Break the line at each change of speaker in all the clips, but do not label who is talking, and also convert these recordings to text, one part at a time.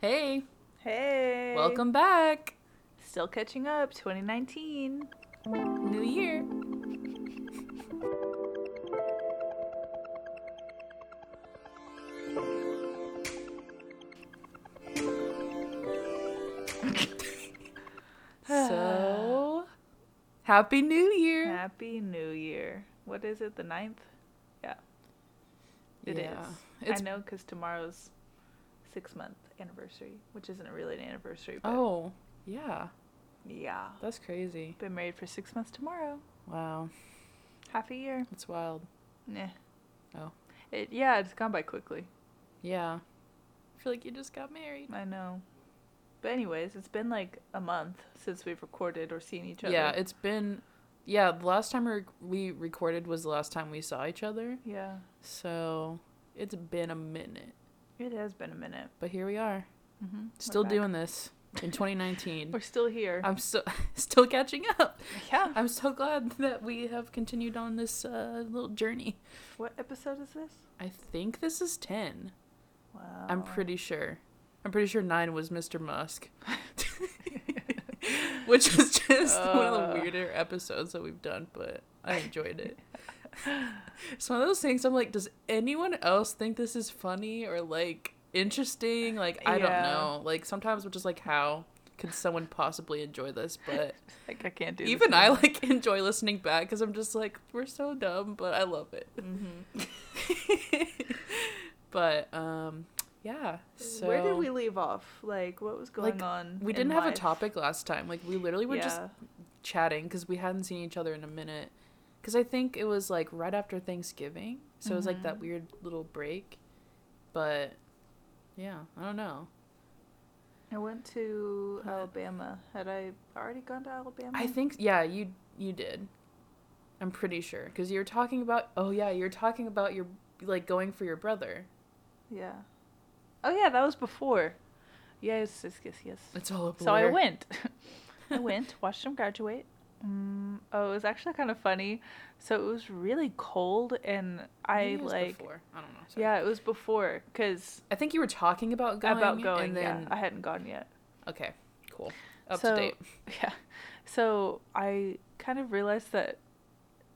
Hey,
Hey.
welcome back.
Still catching up, 2019.
New year. so, happy new year.
Happy New Year. What is it, the 9th? Yeah. It is.
Yeah, It's
I know because tomorrow's six month anniversary, which isn't really an anniversary. But
Oh, yeah.
Yeah.
That's crazy.
Been married for six months tomorrow.
Wow.
Half a year.
It's wild.
Nah.
Oh.
It, yeah, it's gone by quickly.
Yeah. I feel like you just got married.
I know. But, anyways, it's been like a month since we've recorded or seen each other.
Yeah, it's been Yeah, the last time we rec- we recorded was the last time we saw each other.
yeah.
So, it's been a minute.
It has been a minute.
But here we are.
Mm-hmm.
Still doing this in 2019.
We're still here.
I'm still still catching up.
yeah.
I'm so glad that we have continued on this uh, little journey.
What episode is this?
I think this is 10.
Wow.
I'm pretty sure. I'm pretty sure 9 was Mr. Musk. Which was just one of
Uh.
the weirder episodes that we've done, but I enjoyed it. it's one of those things I'm like, does anyone else think this is funny or like interesting? Like, I
Yeah.
don't know. Like, sometimes we're just like, how could someone possibly enjoy this? But
like I can't do this
even I
anymore.
like enjoy listening back because I'm just like we're so dumb, but I love it. Mm-hmm. but um, yeah. So
Where did we leave off? Like what was going
Like,
on?
We
in
didn't have a
life?
topic last time. Like we literally were just
Yeah.
chatting because we hadn't seen each other in a minute. Because I think it was like right after Thanksgiving, so it was like that
Mhm.
weird little break. But yeah, I don't know.
I went to
Huh.
Alabama. Had I already gone to Alabama?
I think yeah, you you did. I'm pretty sure because you were talking about oh yeah, you were talking about your like going for your brother.
Yeah. Oh yeah, that was before. Yes, yes, yes, yes.
It's all a blur.
So I went. I went, watched him graduate. Mm, oh, it was actually kind of funny. So it was really cold, and I
Maybe it was
like.
Before. I don't know. sorry.
Yeah, it was before because
I think you were talking about going.
about going.
And then
yeah, I hadn't gone yet.
okay, cool. Up
So-
to date.
Yeah. So I kind of realized that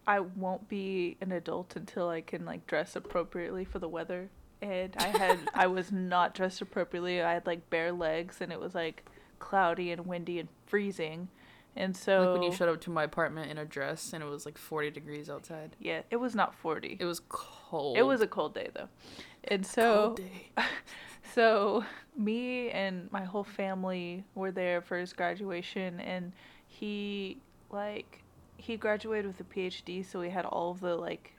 I won't be an adult until I can like dress appropriately for the weather. And I had I was not dressed appropriately. I had like bare legs and it was like cloudy and windy and freezing. And so
like when you showed up to my apartment in a dress and it was like 40 degrees outside.
Yeah, it was not 40.
It was cold.
It was a cold day though. And so
cold day.
So, me and my whole family were there for his graduation, and he, like, he graduated with a PhD, so he had all of the, like,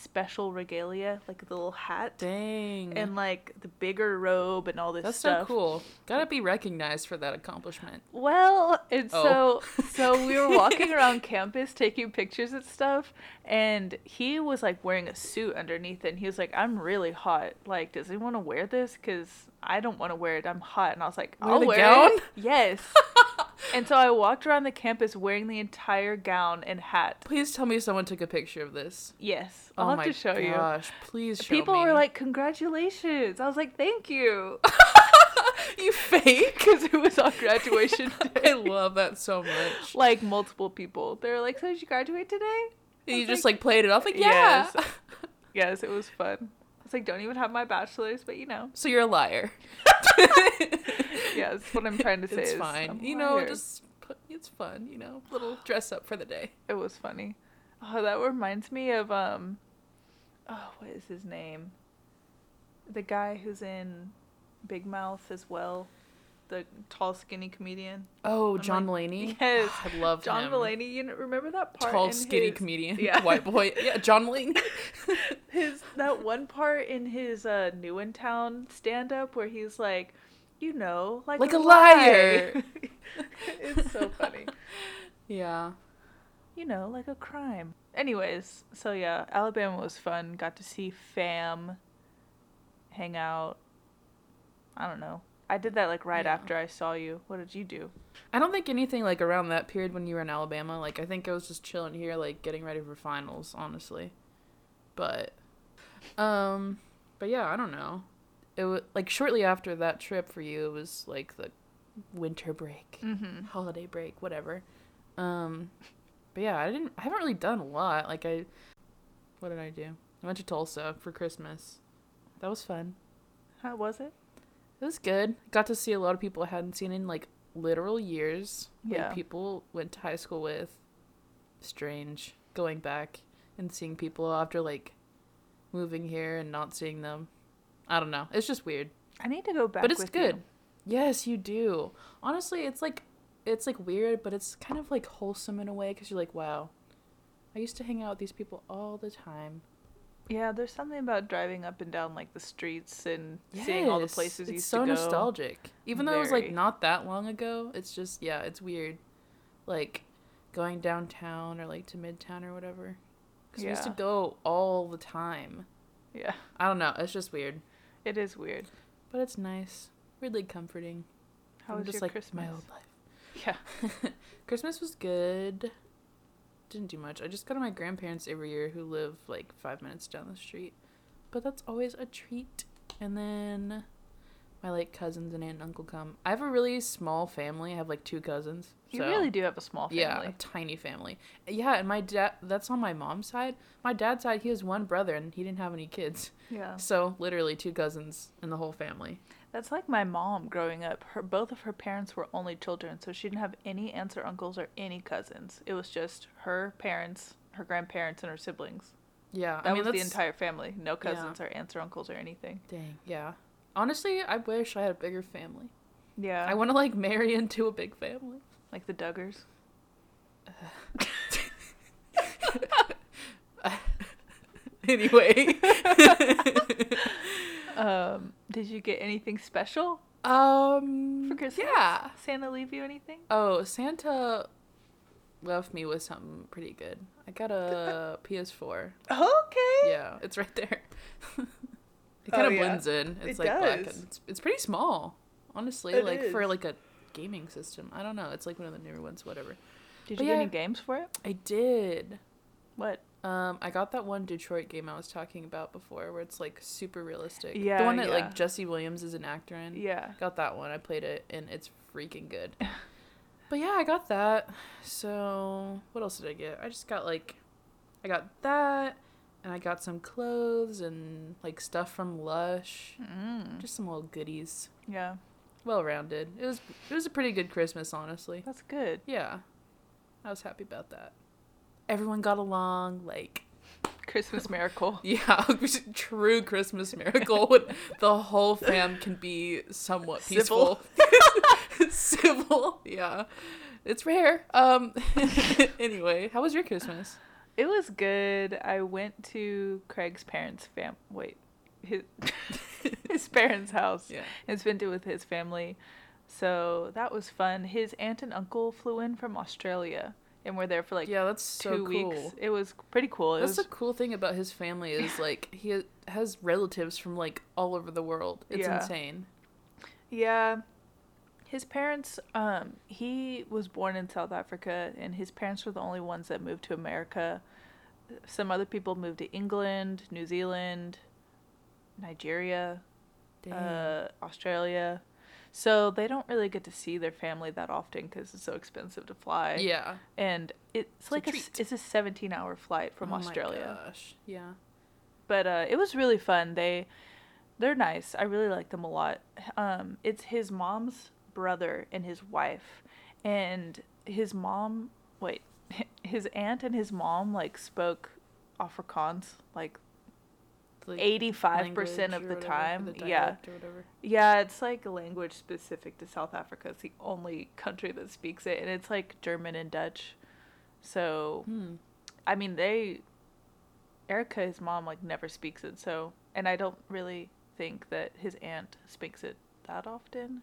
special regalia, like the little hat,
Dang.
and, like, the bigger robe, and all this
that's so
stuff.
cool. Gotta be recognized for that accomplishment.
Well, and
Oh.
so so we were walking around campus taking pictures and stuff, and he was like wearing a suit underneath it. And he was like, "I'm really hot. Like, does anyone want to wear this? Cause I don't want to wear it. I'm hot." And I was like,
Wear
"I'll
the
wear
gown?
it." Yes. and so I walked around the campus wearing the entire gown and hat.
Please tell me someone took a picture of this.
Yes, I'll
oh
have
my
to show you.
gosh, please show
People
me.
were like, "Congratulations!" I was like, "Thank you,"
you fake.
because it was on graduation day.
I love that so much.
like multiple people. They were like, "So did you graduate today?"
And you
I was
just like played it off like, yeah.
Yes. Yes, it was fun. It's like don't even have my bachelor's, but you know,
So you're a liar.
yes, what I'm trying to say.
it's
is
fine.
I'm a
you know,
liar.
just put, it's fun. You know, little dress up for the day.
it was funny. Oh, that reminds me of um, oh, what is his name? The guy who's in Big Mouth as well, the tall, skinny comedian.
Oh,
I'm
John
like,
Mulaney.
yes,
I love
John
him.
Mulaney. You kn- remember that part?
Tall,
in
skinny
his-
comedian.
Yeah.
White boy. Yeah, John Mulaney.
his that one part in his uh new in town stand up where he's like you know like,
Like a liar.
lie." it's so funny
yeah.
you know like a crime anyways so yeah alabama was fun got to see fam hang out i don't know i did that like right
Yeah.
after i saw you what did you do
I don't think anything like around that period when you were in Alabama. Like I think I was just chilling here, like getting ready for finals, honestly. But, um, but yeah, I don't know. it was like shortly after that trip for you it was like the winter break
Mm-hmm.
holiday break whatever um but yeah i didn't i haven't really done a lot like i what did i do i went to tulsa for christmas that was fun
How was it?
it was good got to see a lot of people i hadn't seen in like literal years like,
Yeah.
people went to high school with strange going back and seeing people after like moving here and not seeing them i don't know it's just weird
I need to go back.
but it's
with
good
you.
yes you do honestly it's like it's like weird but it's kind of like wholesome in a way because you're like wow i used to hang out with these people all the time
Yeah, there's something about driving up and down like the streets and seeing all the
Yes,
places
it's
you used
so
to go.
nostalgic even though it was like
Very.
not that long ago it's just yeah it's weird like going downtown or like to midtown or whatever because we used to
Yeah.
go all the time
Yeah,
i don't know it's just weird
it is weird.
but it's nice weirdly comforting
How
from
was
just
your
like
Christmas?
my old life
Yeah.
Christmas was good. Didn't do much. I just go to my grandparents every year who live like five minutes down the street. But that's always a treat. And then my like cousins and aunt and uncle come. I have a really small family. I have like two cousins.
You
so-
really do have a small family.
yeah, a tiny family. Yeah, and my dad that's on my mom's side. My dad's side, he has one brother and he didn't have any kids.
Yeah.
So literally two cousins in the whole family.
That's like my mom growing up. Her both of her parents were only children, so she didn't have any aunts or uncles or any cousins. It was just her parents, her grandparents, and her siblings.
Yeah.
That
Uh, I mean
was the
that's-
entire family. No
Yeah.
cousins or aunts or uncles or anything.
Dang, yeah. Honestly, I wish I had a bigger family.
Yeah.
I want to like marry into a big family.
like the Duggars.
Anyway.
Um, did you get anything special
um
for Christmas?
Yeah.
Santa leave you anything?
Oh, Santa left me with something pretty good. I got a PS4.
Okay.
Yeah, it's right there. it
Oh,
kind of
yeah.
blends in. It's
It
like black
does.
and it's, it's pretty small. Honestly,
It
like for
is.
like a gaming system. I don't know. It's like one of the newer ones, whatever.
Did
But
you get
yeah.
any games for it?
I did.
What?
Um, I got that one Detroit game I was talking about before, where it's like super realistic. the
Yeah,
one that
yeah.
like Jesse Williams is an actor in.
Yeah.
Got that one. I played it, and it's freaking good. but yeah, I got that. So what else did I get? I just got like, I got that, and I got some clothes and like stuff from Lush,
Mm.
just some little goodies.
Yeah.
Well rounded. It was it was a pretty good Christmas, honestly.
That's good.
Yeah, I was happy about that. Everyone got along. Like
Christmas miracle.
Yeah, true Christmas miracle when the whole fam can be somewhat peaceful.
Civil.
Civil. yeah. It's rare. Um anyway, how was your Christmas?
It was good. I went to Craig's parents' fam. Wait, his his parents' house
Yeah.
and spent it with his family. So that was fun. His aunt and uncle flew in from Australia and were there for like
yeah, that's
two
so cool.
weeks. It was pretty cool. It
That's
was
the cool thing about his family is like he ha- has relatives from like all over the world. It's
Yeah.
insane.
yeah. His parents, um, he was born in South Africa, and his parents were the only ones that moved to America. Some other people moved to England, New Zealand, Nigeria. uh, Australia. So they don't really get to see their family that often because it's so expensive to fly.
yeah.
And it's,
a
like a, s-
treat.
it's a 17 hour flight from
Oh my
Australia.
gosh. Yeah.
But uh, it was really fun. They they're nice. I really like them a lot. Um, it's his mom's brother and his wife, and his mom. Wait, his aunt and his mom like spoke Afrikaans like
Like,
85%
language
of
or
the
whatever,
time.
the
yeah.
dialect or whatever.
Yeah, it's like a language specific to South Africa. It's the only country that speaks it, and it's like German and Dutch. So,
Hmm.
I mean, they, Erica, his mom, like never speaks it. So, and I don't really think that his aunt speaks it that often,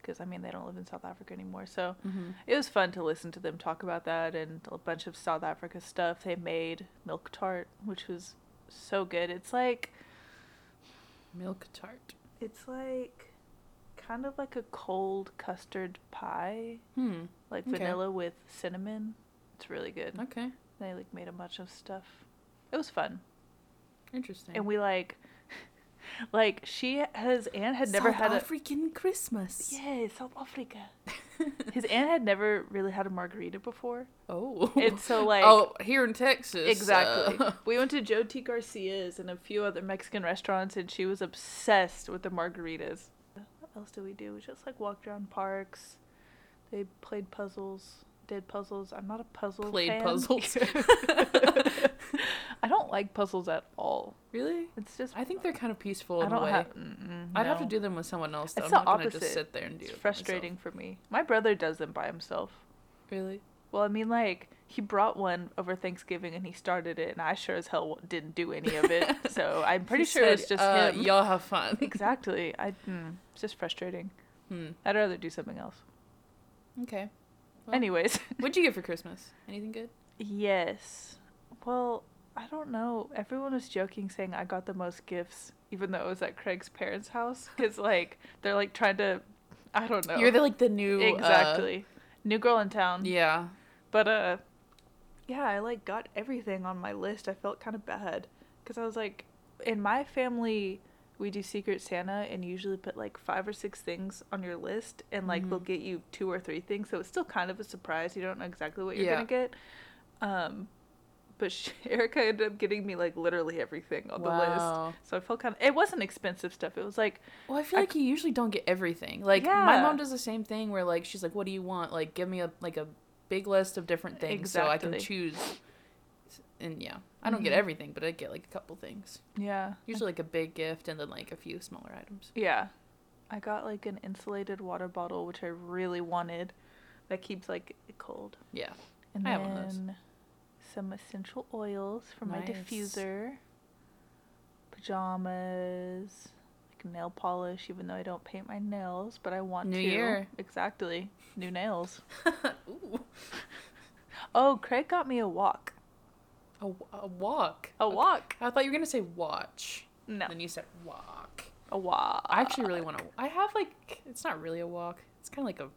because I mean, they don't live in South Africa anymore. So,
Mhm.
it was fun to listen to them talk about that and a bunch of South Africa stuff. They made milk tart, which was so good. It's like
Milk tart.
It's like kind of like a cold custard pie,
Hmm.
like
Okay.
vanilla with cinnamon. It's really good.
Okay.
They like made a bunch of stuff. It was fun.
Interesting.
And we like Like she his aunt had never
South
had a
African Christmas.
yeah South Africa. His aunt had never really had a margarita before,
Oh.
and so like
oh, here in Texas.
exactly.
uh,
We went to Joe T Garcia's and a few other Mexican restaurants, and she was obsessed with the margaritas. What else did we do? We just like walked around parks. They played puzzles, did puzzles. I'm not a puzzle
played
fan.
puzzles.
I don't like puzzles at all.
really?
It's just
I think they're kind of peaceful in
I don't
a way.
have. Mm-mm,
I'd have to
no.
do them with someone else. Though.
It's
I'm
the
not gonna just
opposite.
sit there and do
It's
it. myself.
frustrating for me. My brother does them by himself.
Really?
Well, I mean, like he brought one over Thanksgiving and he started it, and I sure as hell didn't do any of it. so I'm pretty
He
sure it's
said,
just
uh,
him.
Y'all have fun.
Exactly. I. Mm, it's just frustrating.
hmm.
I'd rather do something else.
Okay. Well.
Anyways.
What'd you get for Christmas? Anything good?
Yes. Well, I don't know. Everyone was joking saying I got the most gifts, even though it was at Craig's parents' house. Because, like, they're, like, trying to. I don't know.
You're the, like the new uh,
Exactly. New girl in town.
yeah.
But, uh, yeah, I, like, got everything on my list. I felt kind of bad. Because I was like, in my family, we do Secret Santa and usually put, like, five or six things on your list. And, like, they'll
Mhm.
get you two or three things. So it's still kind of a surprise. You don't know exactly what you're
Yeah.
going to get. Um, but she, Erica ended up getting me, like, literally everything on the list.
Wow.
So I felt kind of, it wasn't expensive stuff. It was like,
Well, I feel
I-
like you usually don't get everything. Like my
Yeah.
mom does the same thing where like she's like, "What do you want? Like give me a like a big list of different things so I can
Exactly.
choose." And yeah, I don't get
Mhm.
everything, but I get like a couple things.
yeah.
Usually like a big gift and then like a few smaller items.
Yeah. I got like an insulated water bottle, which I really wanted. That keeps like it cold.
Yeah.
And
I have one of those.
then some essential oils for my
Nice.
diffuser. Pajamas, like nail polish, even though I don't paint my nails, but I want
New
to.
year.
Exactly. New nails.
Ooh.
Oh, Craig got me a walk.
A, w- a walk.
A walk.
I thought you were going to say watch.
No.
Then you said walk.
A walk.
I actually really want to. I have like, it's not really a walk. It's kind of like a,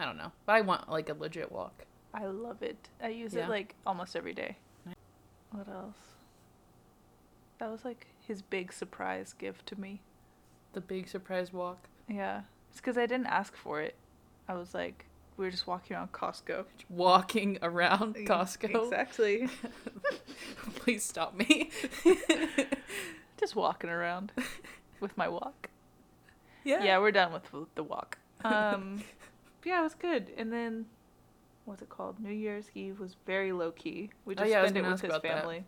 I don't know. But I want like a legit walk.
I love it. I use
Yeah.
it like almost every day.
Ni-
What else? That was like his big surprise gift to me.
The big surprise walk.
Yeah. It's because I didn't ask for it. I was like, we were just walking around Costco.
Walking around Costco.
E, Exactly.
Please stop me.
just walking around with my walk.
yeah.
Yeah, we're done with w- the walk. Um, yeah, it was good. And then, what's it called? New Year's Eve was very low key. We
Oh,
just
yeah, I was
spent it
gonna
with
ask
his
about that.
family,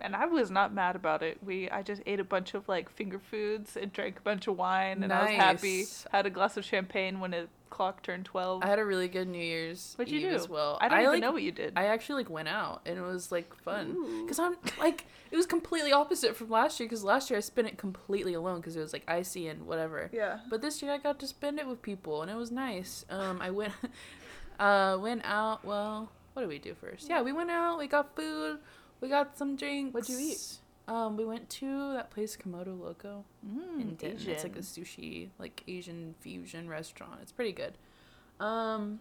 and I was not mad about it. We I just ate a bunch of like finger foods and drank a bunch of wine, and I was happy.
Nice.
Had a glass of champagne when the clock turned twelve.
I had a really good New Year's
What'd you
Eve
do?
as well.
I don't even
like,
know what you did.
I actually like went out and it was like fun.
Ooh.
Because I'm like, it was completely opposite from last year. Because last year I spent it completely alone because it was like icy and whatever.
yeah.
But this year I got to spend it with people and it was nice. Um, I went, uh, went out. Well, what did we do first? Yeah, we went out. We got food. We got some drinks.
What'd you eat?
Um, we went to that place Komodo Loco in
Mm,
Denton. It's like a
Asian.
sushi, like Asian fusion restaurant. It's pretty good. Um,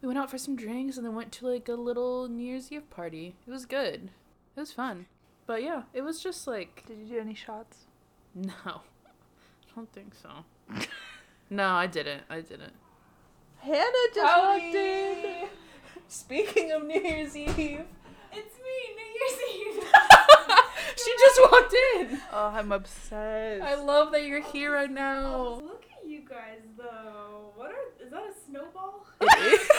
we went out for some drinks and then went to like a little New Year's Eve party. It was good. It was fun. But yeah, it was just like
Did you do any shots?
no, I don't think so. no, I didn't. I didn't.
Hannah
Speaking of New Year's Eve, it's me, New Year's Eve. she just walked in.
Oh, I'm obsessed.
I love that you're here right now.
Look at you guys though. What are is that a snowball?
It is.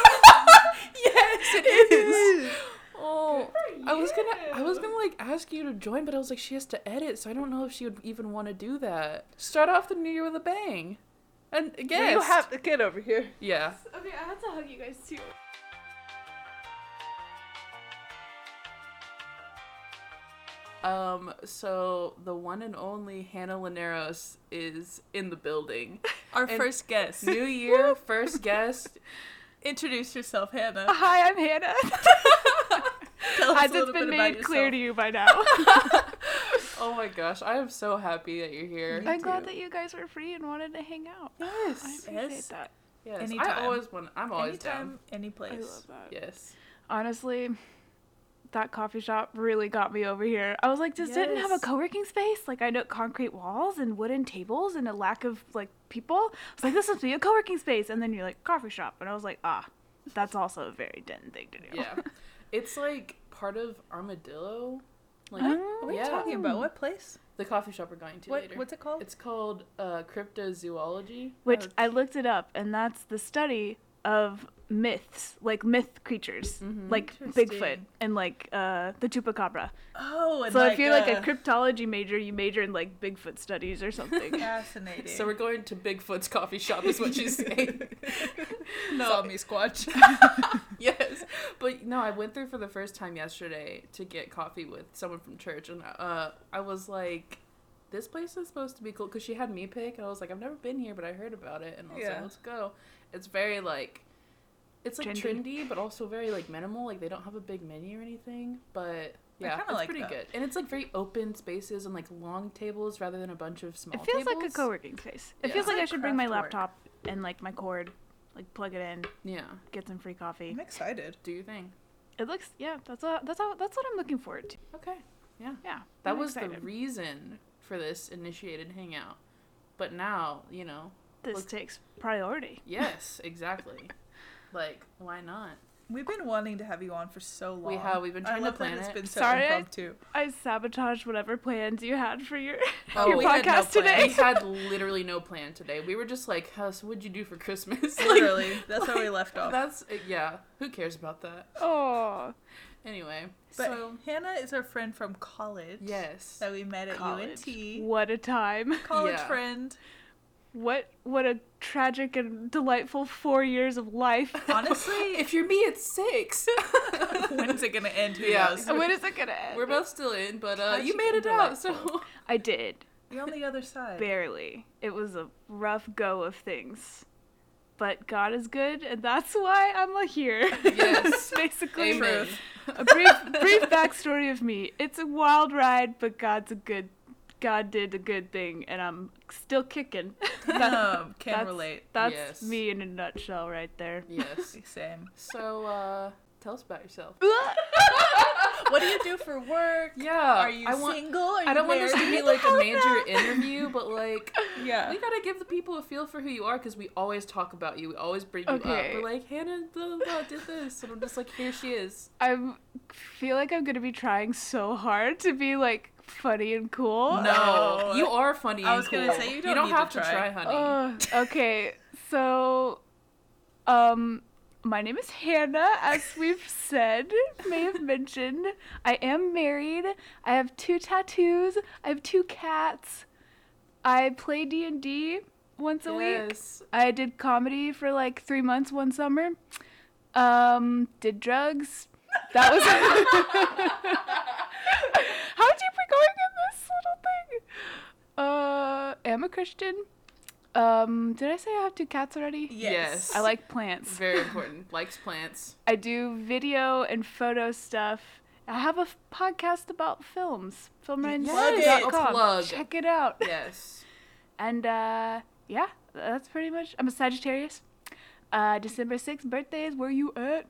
yes, it is. Oh, I was gonna, I was gonna like ask you to join, but I was like, she has to edit, so I don't know if she would even want to do that. Start off the new year with a bang, and
Yeah,
yes,
You have to get over here.
yeah.
Okay, I had to hug you guys too.
Um, so the one and only Hannah Lineros is in the building.
Our
first guest, new year, first guest. Introduce yourself, Hannah.
Hi, I'm Hannah.
Tell us a
As it's
little bit
been made
about
clear
yourself.
to you by now.
Oh my gosh, I am so happy that you're here.
I'm glad that you guys were free and wanted to hang out.
Yes.
I appreciate
yes.
that.
Yes. I
Anytime.
always want. I'm always
Anytime, any
I
place.
love that.
down. Yes.
Honestly,
that coffee shop really got me over here. I was like, just didn't have a
Yes.
co-working space. Like I know concrete walls and wooden tables and a lack of like people. I was like, this must be a co-working space. And then you're like, coffee shop. And I was like, ah, that's also a very Denton thing to do.
Yeah. it's like part of Armadillo. Like,
Oh.
What are
yeah.
you talking about? What place?
The coffee shop we're going to
What,
later.
what's it called?
It's called uh, cryptozoology.
Which I looked it up, and that's the study of myths, like myth creatures,
Mhm.
like Bigfoot
Interesting.
and like uh, the chupacabra.
oh, and
so if you're like a
uh,
cryptology major, you major in like Bigfoot studies or something.
fascinating.
So we're going to Bigfoot's coffee shop, is what she's saying.
No.
Saw me Squatch. yes, but no, I went through for the first time yesterday to get coffee with someone from church, and uh, I was like, "This place is supposed to be cool," because she had me pick, and I was like, "I've never been here, but I heard about it," and I was
Yeah.
like, "Let's go." It's very like, it's like trendy.
Trendy.
but also very like minimal. Like they don't have a big menu or anything, but. Yeah,
kinda
it's
like
pretty
that.
good, and it's like very open spaces and like long tables rather than a bunch of small.
It feels
tables.
like a co-working space. It
Yeah.
feels
It's
like, I
like
should bring my
craft work.
laptop and like my cord, like plug it in,
Yeah,
get some free coffee.
I'm excited.
do your thing.
It looks yeah, that's all, that's all, that's what I'm looking forward to.
Okay.
Yeah,
That
I'm
was
excited.
the reason for this initiated hangout. But now, you know,
this
look-
takes priority.
yes, exactly. like, why not?
We've been wanting to have you on for so long.
We have. We've been
I
trying to
love that
plan
It's
it.
been so
Sorry, I-
impromptu.
I sabotaged whatever plans you had for your
Oh,
your
we had no
podcast
plan.
today.
We had literally no plan today. We were just like, huh, so what'd you do for Christmas? like,
Literally, that's where we left off.
that's, uh, yeah, who cares about that?
Oh,
Anyway,
But
so,
Hannah is our friend from college.
yes.
That we met at
College.
UNT.
what a time!
College
Yeah.
friend.
What what a tragic and delightful four years of life.
Honestly,
if you're me, it's six.
when's it gonna end? Who
Yeah.
knows?
Oh,
when is it gonna end?
we're both still in, but uh, you
Tragic
made it
and
out, so.
I did
You're on the other
Uh,
side.
barely. It was a rough go of things, but God is good, and that's why I'm here.
Yes.
basically.
Amen.
A brief brief backstory of me. It's a wild ride, but God's a good. God did a good thing, and I'm still kicking.
Damn, Um, can
that's-
relate.
That's
Yes.
me in a nutshell, right there.
Yes.
Same.
So, uh, tell us about yourself.
What do you do for work?
Yeah.
Are you
I want,
single? Are you
I don't want this to
married?
be like a major interview, but like
Yeah.
we gotta give the people a feel for who you are because we always talk about you. We always bring you
Okay.
up. We're like Hannah blah, blah, blah, did this, and I'm just like here she is.
I feel like I'm gonna be trying so hard to be like funny and cool.
No,
No.
you are funny.
I
and
was gonna
cool.
say, you don't need to
have
try. Oh,
honey.
Ugh, Oh, okay, so, um, my name is Hannah, as we've said, may have mentioned. I am married. I have two tattoos. I have two cats. I play D and D once a week.
yes.
I did comedy for like three months one summer. Um, did drugs. That was. How deep are we going in this little thing? Uh, am a Christian. Um, did I say I have two cats already?
Yes.
I like plants.
Very important. Likes plants.
I do video and photo stuff. I have a f- podcast about films.
Plug it.
Filmrind.com.
Plug.
Check it out.
Yes.
And uh, yeah, that's pretty much. I'm a Sagittarius. Uh, December 6th birthday is where you at?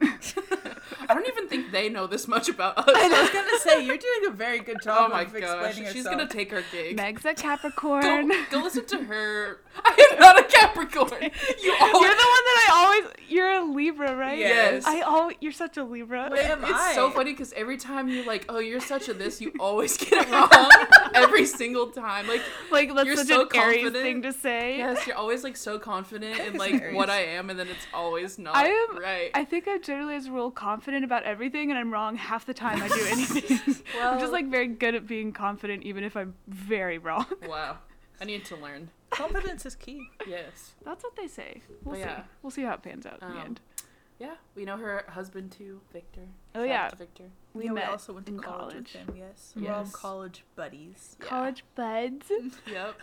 I don't even think they know this much about us.
I was gonna say you're doing a very good
Oh
job
my
of explaining
gosh,
yourself.
she's gonna take our gig.
Meg's a Capricorn.
Go, go listen to her. I am not a Capricorn. You
You're the
always
one that I always. You're a Libra, right?
Yes.
I always. You're such a Libra.
Wait, am
it's
I?
so funny because every time you're like, "Oh, you're such a this," you always get it wrong every single time. Like,
like that's
you're
such
so
an Aries
confident.
thing to say.
yes, you're always like so confident in
It's
like what
Aries.
I am, and then it's always not
I am-
right.
I think I'm generally as a rule confident about everything, and I'm wrong half the time I do anything. I'm
Well-
just like very good at being confident, even if I'm very wrong.
wow, I need to learn.
Confidence is key.
Yes,
That's what they say.
But
We'll see.
Oh, yeah.
We'll see how it pans out in
Um,
the end.
yeah, we know her husband too, Victor.
Oh,
Shout out
yeah.
to Victor.
We
Yeah,
met
also went to
in
college, with
college.
him. Yes, we're all
Yes.
college buddies.
Yeah.
college buds.
Yep.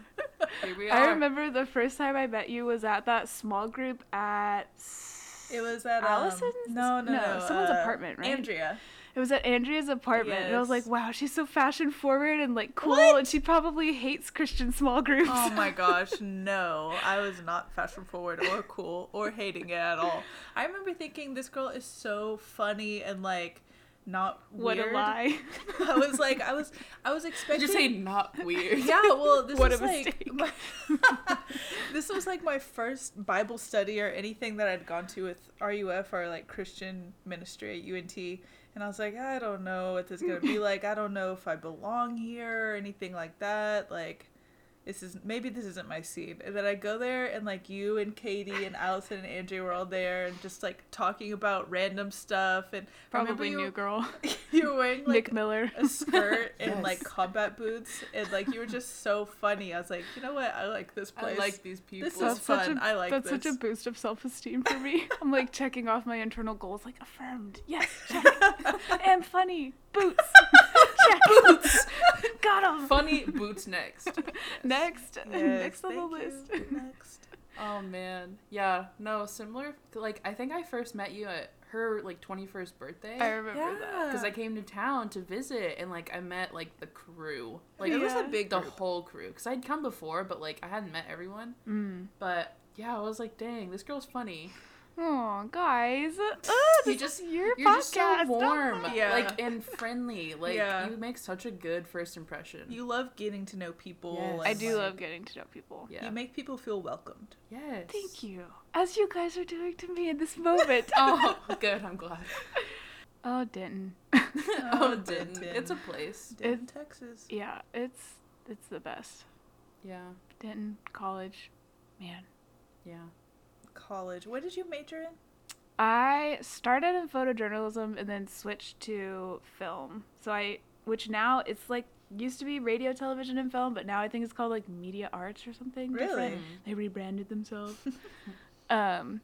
Here we are.
I remember the first time I met you was at that small group at. s-
It was at um,
Allison's?
No, no,
No,
no.
someone's
uh,
apartment, right?
Andrea.
It was at Andrea's apartment, and I was like,
Yes.
"Wow, she's so fashion forward and like cool,
What?
and she probably hates Christian small groups."
Oh my gosh, no! I was not fashion forward or cool or hating it at all. I remember thinking this girl is so funny and like not
What
weird.
a lie.
I was like, I was, I was
Did you
expecting.
say not weird?
Yeah, well, this
What
was
a
like
mistake.
my, this was like my first Bible study or anything that I'd gone to with RUF or like Christian ministry at UNT, and I was like, I don't know what this is gonna be like. I don't know if I belong here or anything like that. Like, this is maybe this isn't my scene. And then I go there, and like you and Katie and Allison and Andrea were all there, and just like talking about random stuff. And I remember
Probably
you,
New Girl.
You were wearing like
Nick Miller.
a skirt and
Yes.
like combat boots and like you were just so funny. I was like, you know what? I like this
I
place.
like these people.
this is
That's such
fun.
a-
I like
That's
this.
such a boost of self esteem for me. I'm like checking off my internal goals, like affirmed. Yes, check. and funny. Boots. check. Boots. Got 'em.
Funny boots next.
Next.
Yes,
Next on
thank
the
you.
list.
Next.
Oh man, yeah, no, similar. Like I think I first met you at her like twenty first birthday.
I remember that.
because I came to town to visit and like I met like the crew, like
Like, It was a
Yeah.
big
the
group.
whole crew. Because I'd come before, but like I hadn't met everyone.
Mm.
But yeah, I was like, dang, this girl's funny.
Oh, guys. Ugh,
You
Ah, this
just-
is your
You're
podcast.
just so
Don't
warm,
laugh.
Yeah.
like and friendly. Like
Yeah.
you make such a good first impression.
You love getting to know people.
Yes.
and,
I do
like,
love getting to know people.
yeah.
You make people feel welcomed.
yes.
Thank you. As you guys are doing to me in this moment.
Oh, good. I'm glad.
oh, Denton.
oh, didn't.
Denton.
It's a place.
Denton, Texas.
Yeah, it's it's the best.
Yeah.
Denton College, man.
Yeah.
College. What did you major in?
I started in photojournalism and then switched to film. So I, which now it's like used to be radio, television, and film, but now I think it's called like media arts or something.
Really?
Different.
Mm.
They rebranded themselves. um,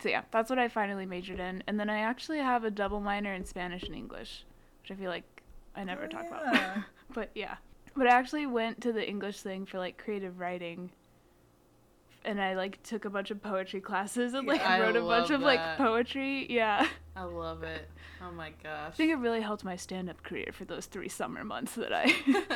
so yeah, that's what I finally majored in, and then I actually have a double minor in Spanish and English, which I feel like I never
Oh,
talk
yeah.
about. but yeah, but I actually went to the English thing for like creative writing. And I like took a bunch of poetry classes and like
Yeah. I
wrote a bunch
love
of
that.
like poetry. Yeah.
I love it. Oh my gosh.
I think it really helped my stand up career for those three summer months that I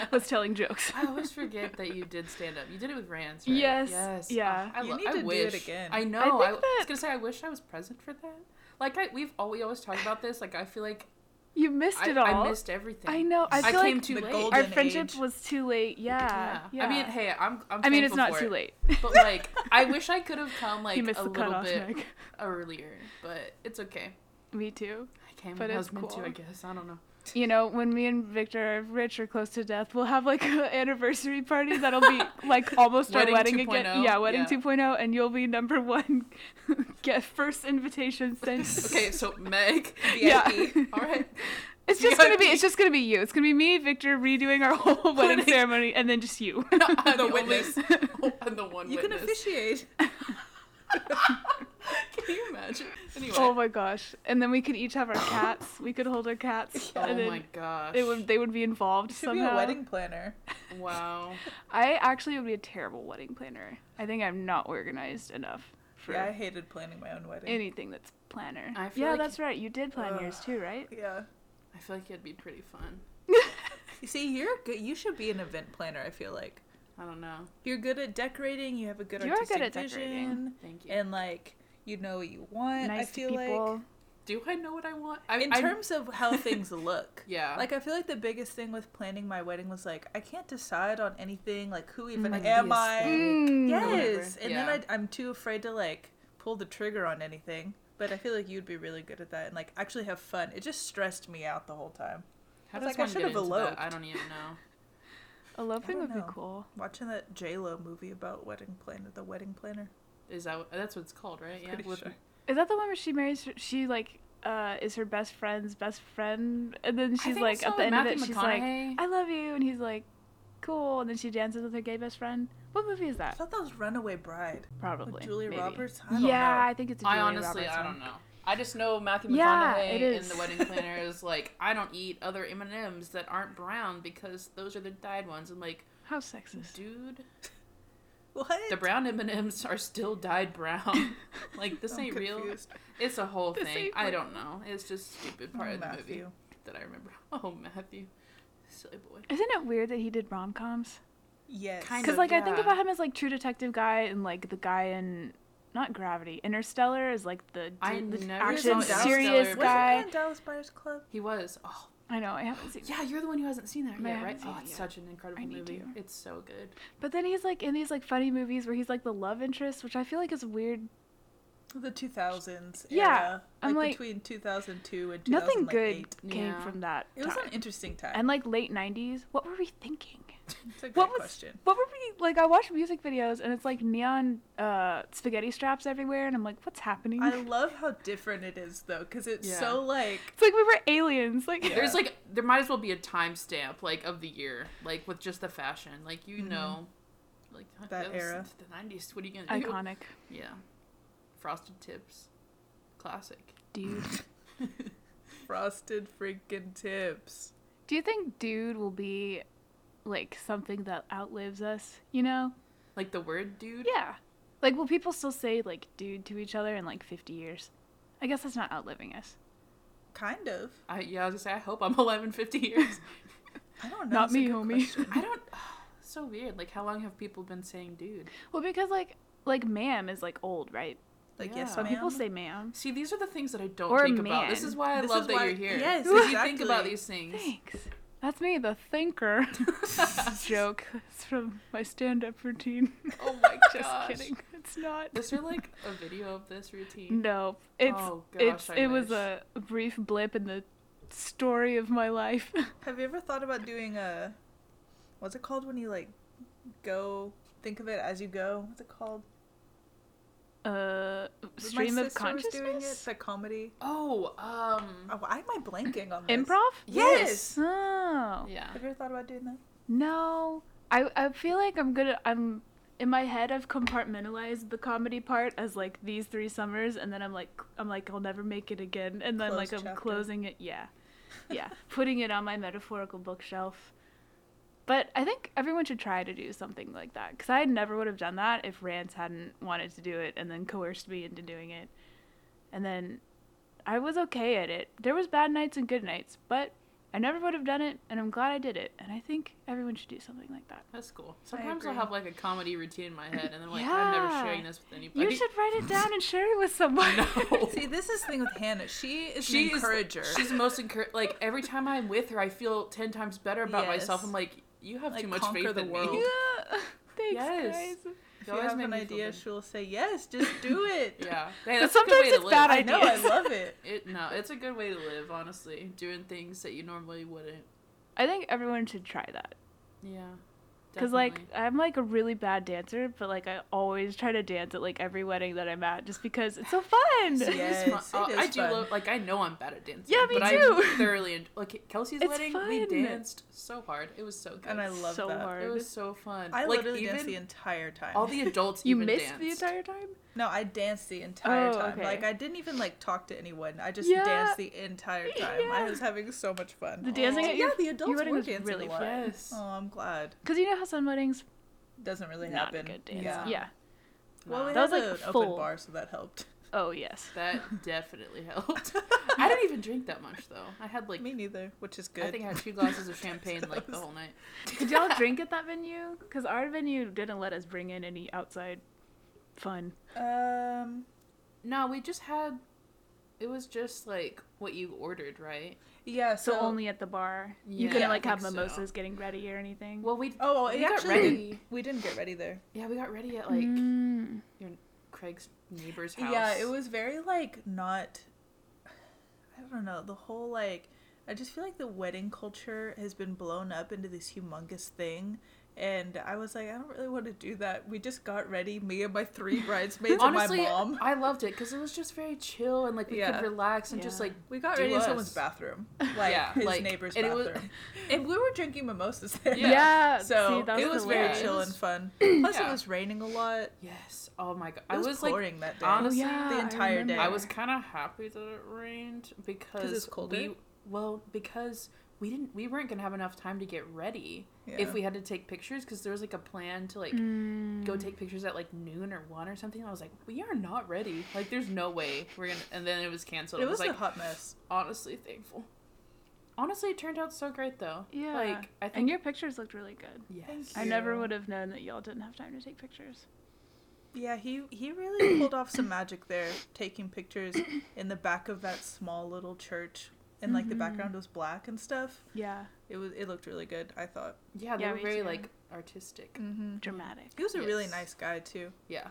was telling jokes.
I always forget that you did stand up. You did it with Rance, right?
Yes,
Yes.
yeah.
Ah, I,
You
lo-
need
I
to do it
wish.
again.
I know.
I think
I, w- I was
that-
gonna say I wish I was present for that. Like I, we've all, we always talk about this. Like I feel like
You missed
I,
it all.
I missed everything.
I know. I
I
feel
came
like
too
the
late.
golden
our
age.
friendship was too late. Yeah.
yeah. I mean, hey, I'm. I'm
I mean, it's
thankful
not
for
too
it.
late.
But like, I wish I could have come like
you missed
a
the
little
cutoff,
bit
Meg.
earlier, but it's okay.
Me too.
I came
But
when I was
it's
meant to, I
cool.
guess. I don't know.
You know, when me and Victor are rich or close to death, we'll have like an anniversary party that'll be like almost
Wedding
our wedding again.
2.0,
Yeah, wedding
yeah.
2.0, and you'll be number one. Get first invitation sent.
Okay, so Meg.
Yeah.
All right.
It's just gonna be it's just gonna be you. It's gonna be me, Victor, redoing our whole wedding
Wedding.
ceremony, and then just you.
I'm
The
the, witness.
witness.
I'm the one
You can
witness.
officiate.
Can you imagine? Anyway.
Oh my gosh! And then we could each have our cats. We could hold our cats,
Oh
and then
my gosh.
it would they would be involved
You should
somehow.
be a wedding planner.
Wow.
I actually would be a terrible wedding planner. I think I'm not organized enough for
Yeah, I hated planning my own wedding.
anything that's planner.
I feel
yeah,
like-
that's right. You did plan
Ugh.
yours too, right?
yeah.
I feel like it'd be pretty fun.
You see, you're good. You should be an event planner. I feel like
I don't know.
you're good at decorating. You have a good
You are
artistic
good at decorating.
vision,
Thank you.
and like you know what you want.
nice
I feel
to people.
like
Do I know what I want? I,
in
I-
terms of how things look.
yeah.
Like I feel like the biggest thing with planning my wedding was like I can't decide on anything. Like who even
Like,
am
the
I?
aesthetic.
Mm.
Yes,
whatever.
and
Yeah.
then I, I'm too afraid to like pull the trigger on anything. But I feel like you'd be really good at that and like actually have fun. It just stressed me out the whole time.
How
I was
does
like, I
one
should
get
have
into that? I
eloped.
don't even know.
Eloping
I
would
don't know.
be cool.
Watching that J Lo movie about wedding planner, the wedding planner.
Is that what- that's what it's called, right? Yeah.
Pretty
With-
sure.
Is that the one where she marries? Her, she like uh, is her best friend's best friend, and then
I
she's
think
like
it's
at
not
the end of it,
Matthew
she's like,
McConaughey.
"I love you," and he's like, "Cool," and then she dances with her gay best friend. What movie is
I
that?
thought that was Runaway Bride.
Probably
With Julia
maybe.
Roberts? I don't
Yeah,
know.
I think it's. A Julia
I honestly,
Roberts
I
one.
don't know. I just know Matthew McConaughey
Yeah, it
in
is.
The Wedding Planner is like, I don't eat other M and M's that aren't brown because those are the dyed ones. I'm like,
How sexist.
dude,
What?
the brown M and M's are still dyed brown. like this
I'm
ain't real.
confused.
It's a whole
This
thing.
ain't
I
real.
don't know. It's just stupid part
Oh,
of the movie
Matthew.
that I remember. Oh, Matthew, silly boy.
Isn't it weird that he did rom coms?
Yes.
Kind
Because
of,
like I think
yeah.
about him as like True Detective guy and like the guy in not Gravity. Interstellar is like the,
I
dude- the
never
action
saw
serious
Interstellar, but-
guy.
Wasn't that Dallas Buyers Club.
He was. Oh,
I know I haven't seen.
yeah, you're the one who hasn't seen that
No, I
yet, right?
haven't seen
Oh,
it
it's
yet.
such an incredible
I need
movie.
to.
It's so good.
But then he's like in these like funny movies where he's like the love interest, which I feel like is weird.
The 2000s.
Yeah,
Era.
I'm like-
between 2002 and 2008.
Nothing good came
Yeah.
from that.
It was
time.
an interesting time.
and like late '90s. What were we thinking?
it's a great
what was-
question.
What were we like? I watch music videos and it's like neon uh, spaghetti straps everywhere, and I'm like, what's happening?
I love how different it is though, because it's
Yeah.
so like
It's like we were aliens. Like
Yeah.
There's like there might as well be a timestamp like of the year, like with just the fashion, like you
Mm-hmm.
Mhm.
know, like
That
was
era.
the '90s. What are you gonna do?
iconic,
Yeah, frosted tips, classic.
dude.
frosted freaking tips.
Do you think dude will be like something that outlives us? You know?
Like the word dude.
Yeah. Like, will people still say like dude to each other in like 50 years? I guess that's not outliving us.
Kind of.
I, yeah, I was gonna say I hope I'm alive in 50 years.
I don't know.
Not
it's a
me,
good
homie.
question.
I don't. so weird. Like how long have people been saying dude?
Well, because like like ma'am is like old, right?
Like
Yeah.
yes,
But
ma'am.
people say ma'am.
See, these are the things that I don't
Or
think about. This
man.
is why I
This
love
is
that
why-
you're here.
yes,
because you think about
exactly.
these things.
Thanks. That's me, the thinker. Joke. It's from my stand-up routine.
Oh my
Just
gosh.
kidding. It's not.
Is there like a video of this routine?
No, it's
Oh, gosh,
it's
I
it was
wish.
a brief blip in the story of my life.
Have you ever thought about doing a, what's it called when you like, go think of it as you go? What's it called?
Uh,
My
stream
sister
of
was
consciousness.
Doing it, the comedy.
Oh, um.
Oh, why am I blanking on this?
Improv?
Yes.
Oh.
Yeah.
Have you ever thought about doing that?
No. I I feel like I'm gonna I'm in my head I've compartmentalized the comedy part as like these three summers and then I'm like I'm like I'll never make it again and then
Closed
like I'm
chapter.
closing it yeah. Yeah. Putting it on my metaphorical bookshelf. But I think everyone should try to do something like that because I never would have done that if Rance hadn't wanted to do it and then coerced me into doing it. And then I was okay at it. There was bad nights and good nights, but I never would have done it, and I'm glad I did it. And I think everyone should do something like that.
That's cool. Sometimes I'll
agree.
have like a comedy routine in my head, and I'm like, I'm never sharing
Yeah.
this with anybody.
You should write it down and share it with someone.
No.
See, this is the thing with Hannah. She is
She
an
is-
encourager.
She's the most encouraging. Like every time I'm with her, I feel ten times better about myself.
Yes.
I'm like, you have
Like,
too much
conquer
faith
the
in
world.
me.
Yeah. Thanks,
Yes.
guys.
if
You
you
always
have
make
an
me feel
idea,
good.
she'll say yes. Just do it.
Yeah, Hey,
But
that's a good
sometimes
way to
it's
live.
bad
I know. I
Ideas.
love it.
It no, it's a good way to live. Honestly, doing things that you normally wouldn't.
I think everyone should try that.
Yeah,
Because, like, I'm like a really bad dancer, but like, I always try to dance at like every wedding that I'm at just because it's so fun.
See,
It is
Yes,
fun. Oh,
it
I
is
do
fun.
love. Like I know I'm bad at dancing.
Yeah, me
but
too.
I thoroughly enjoy. Like Kelsey's
It's
wedding, we
fun.
danced so hard. It was so good.
And I love
so
that.
hard.
It was so fun.
I
like
literally danced the
even
entire time.
all the adults
you
even
missed
danced.
the entire time?
No, I danced the entire
Oh,
time.
okay.
Like I didn't even like talk to anyone. I just
Yeah.
danced the entire time.
Yeah. Oh.
I was having so much fun.
The dancing
Aw.
at
yeah,
your,
the adults
your wedding
were
was
dancing
really
a lot.
Yes.
Oh, I'm glad.
Because you know how some weddings
Doesn't really
not
happen.
good dance.
Yeah.
yeah.
Well, we
That was,
had
like,
an
full.
open bar, so that helped.
Oh yes.
That definitely helped. I didn't even drink that much though. I had like
Me neither, which is good.
I think I had two glasses of champagne like the whole night.
Did y'all drink at that venue? Because our venue didn't let us bring in any outside fun.
um,
No, we just had. It was just like what you ordered, right?
yeah.
So,
So,
only at the bar. you
Yeah,
couldn't
I
like have
think so.
mimosas getting ready or anything.
Well, we
Oh, well,
we
it
got
actually
ready.
didn't- we didn't get ready there.
Yeah, we got ready at like
Mm.
Craig's neighbor's house.
Yeah, it was very like not. I don't know the whole like. I just feel like the wedding culture has been blown up into this humongous thing, and I was like, I don't really want to do that. We just got ready, me and my three bridesmaids
honestly.
and my mom.
I loved it because it was just very chill and like we
Yeah.
could relax and just
Yeah.
like
We got
do
ready in
us.
someone's bathroom, like
Yeah,
his
like,
neighbor's
and it was-
bathroom, and we were drinking mimosas there.
Yeah.
Yeah.
So
see, that
it
was
was
the Oh,
very
way.
way.
chill
It was-
and fun. Plus,
Yeah.
it was raining a lot. It
yes. Oh my god,
was,
I was like
pouring that day.
honestly,
yeah,
the
I
entire day.
remember.
I was kind of happy that it rained because
it's colder?
we well because we didn't we weren't gonna have enough time to get ready
Yeah.
if we had to take pictures because there was like a plan to like
Mm.
go take pictures at like noon or one or something. I was like, we are not ready. Like, there's no way we're gonna. And then it was canceled.
it
I was
was
like
a hot mess.
honestly thankful. Honestly, it turned out so great though.
Yeah.
Like I
and
think.
your pictures looked really good.
yes.
Thank
I
you.
never would have known that y'all didn't have time to take pictures.
Yeah, he he really pulled off some magic there, taking pictures in the back of that small little church, and like the
Mhm.
background was black and stuff.
Yeah.
It was it looked really good. I thought.
Yeah, they
Yeah,
were
me
very
too.
like artistic.
Mm-hmm.
Dramatic.
He was a really
Yes.
nice guy too.
Yeah.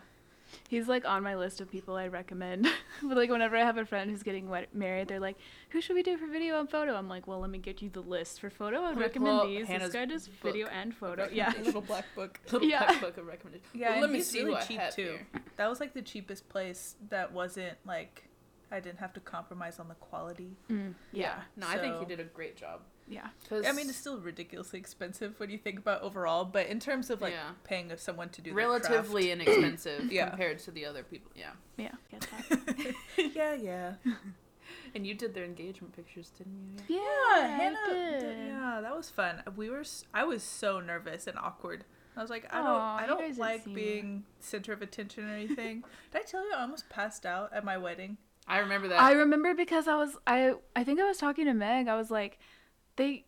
He's like on my list of people I recommend. but like whenever I have a friend who's getting wed- married, they're like, "Who should we do for video and photo?" I'm like, "Well, let me get you the list for photo. I'd
Let me pull
recommend
up
these.
Hannah's
this guy does video
book
and
of
photo. Yeah,
A little black book.
Little
Yeah.
pack book of recommendations.
Yeah,
Well,
and
let me
he's
see
really
what I
cheap
have
too.
here.
That was like the cheapest place that wasn't like I didn't have to compromise on the quality.
Mm, yeah,
Yeah. No, I think he
So-
did a great job.
yeah.
'Cause-
I mean, it's still ridiculously expensive when you think about overall, but in terms of like
Yeah.
paying of someone to do their craft-
relatively inexpensive
Yeah.
compared to the other people. Yeah.
yeah. Get that.
yeah, yeah.
And you did their engagement pictures, didn't you?
Yeah,
Yeah,
I
Hannah.
did.
d- yeah, that was fun. We were. s- I was so nervous and awkward. I was like, I don't,
Aw,
I
you guys
don't
didn't
like
seem-
being center of attention or anything. Did I tell you I almost passed out at my wedding?
I remember that.
I remember because I was I I think I was talking to Meg. I was like, they,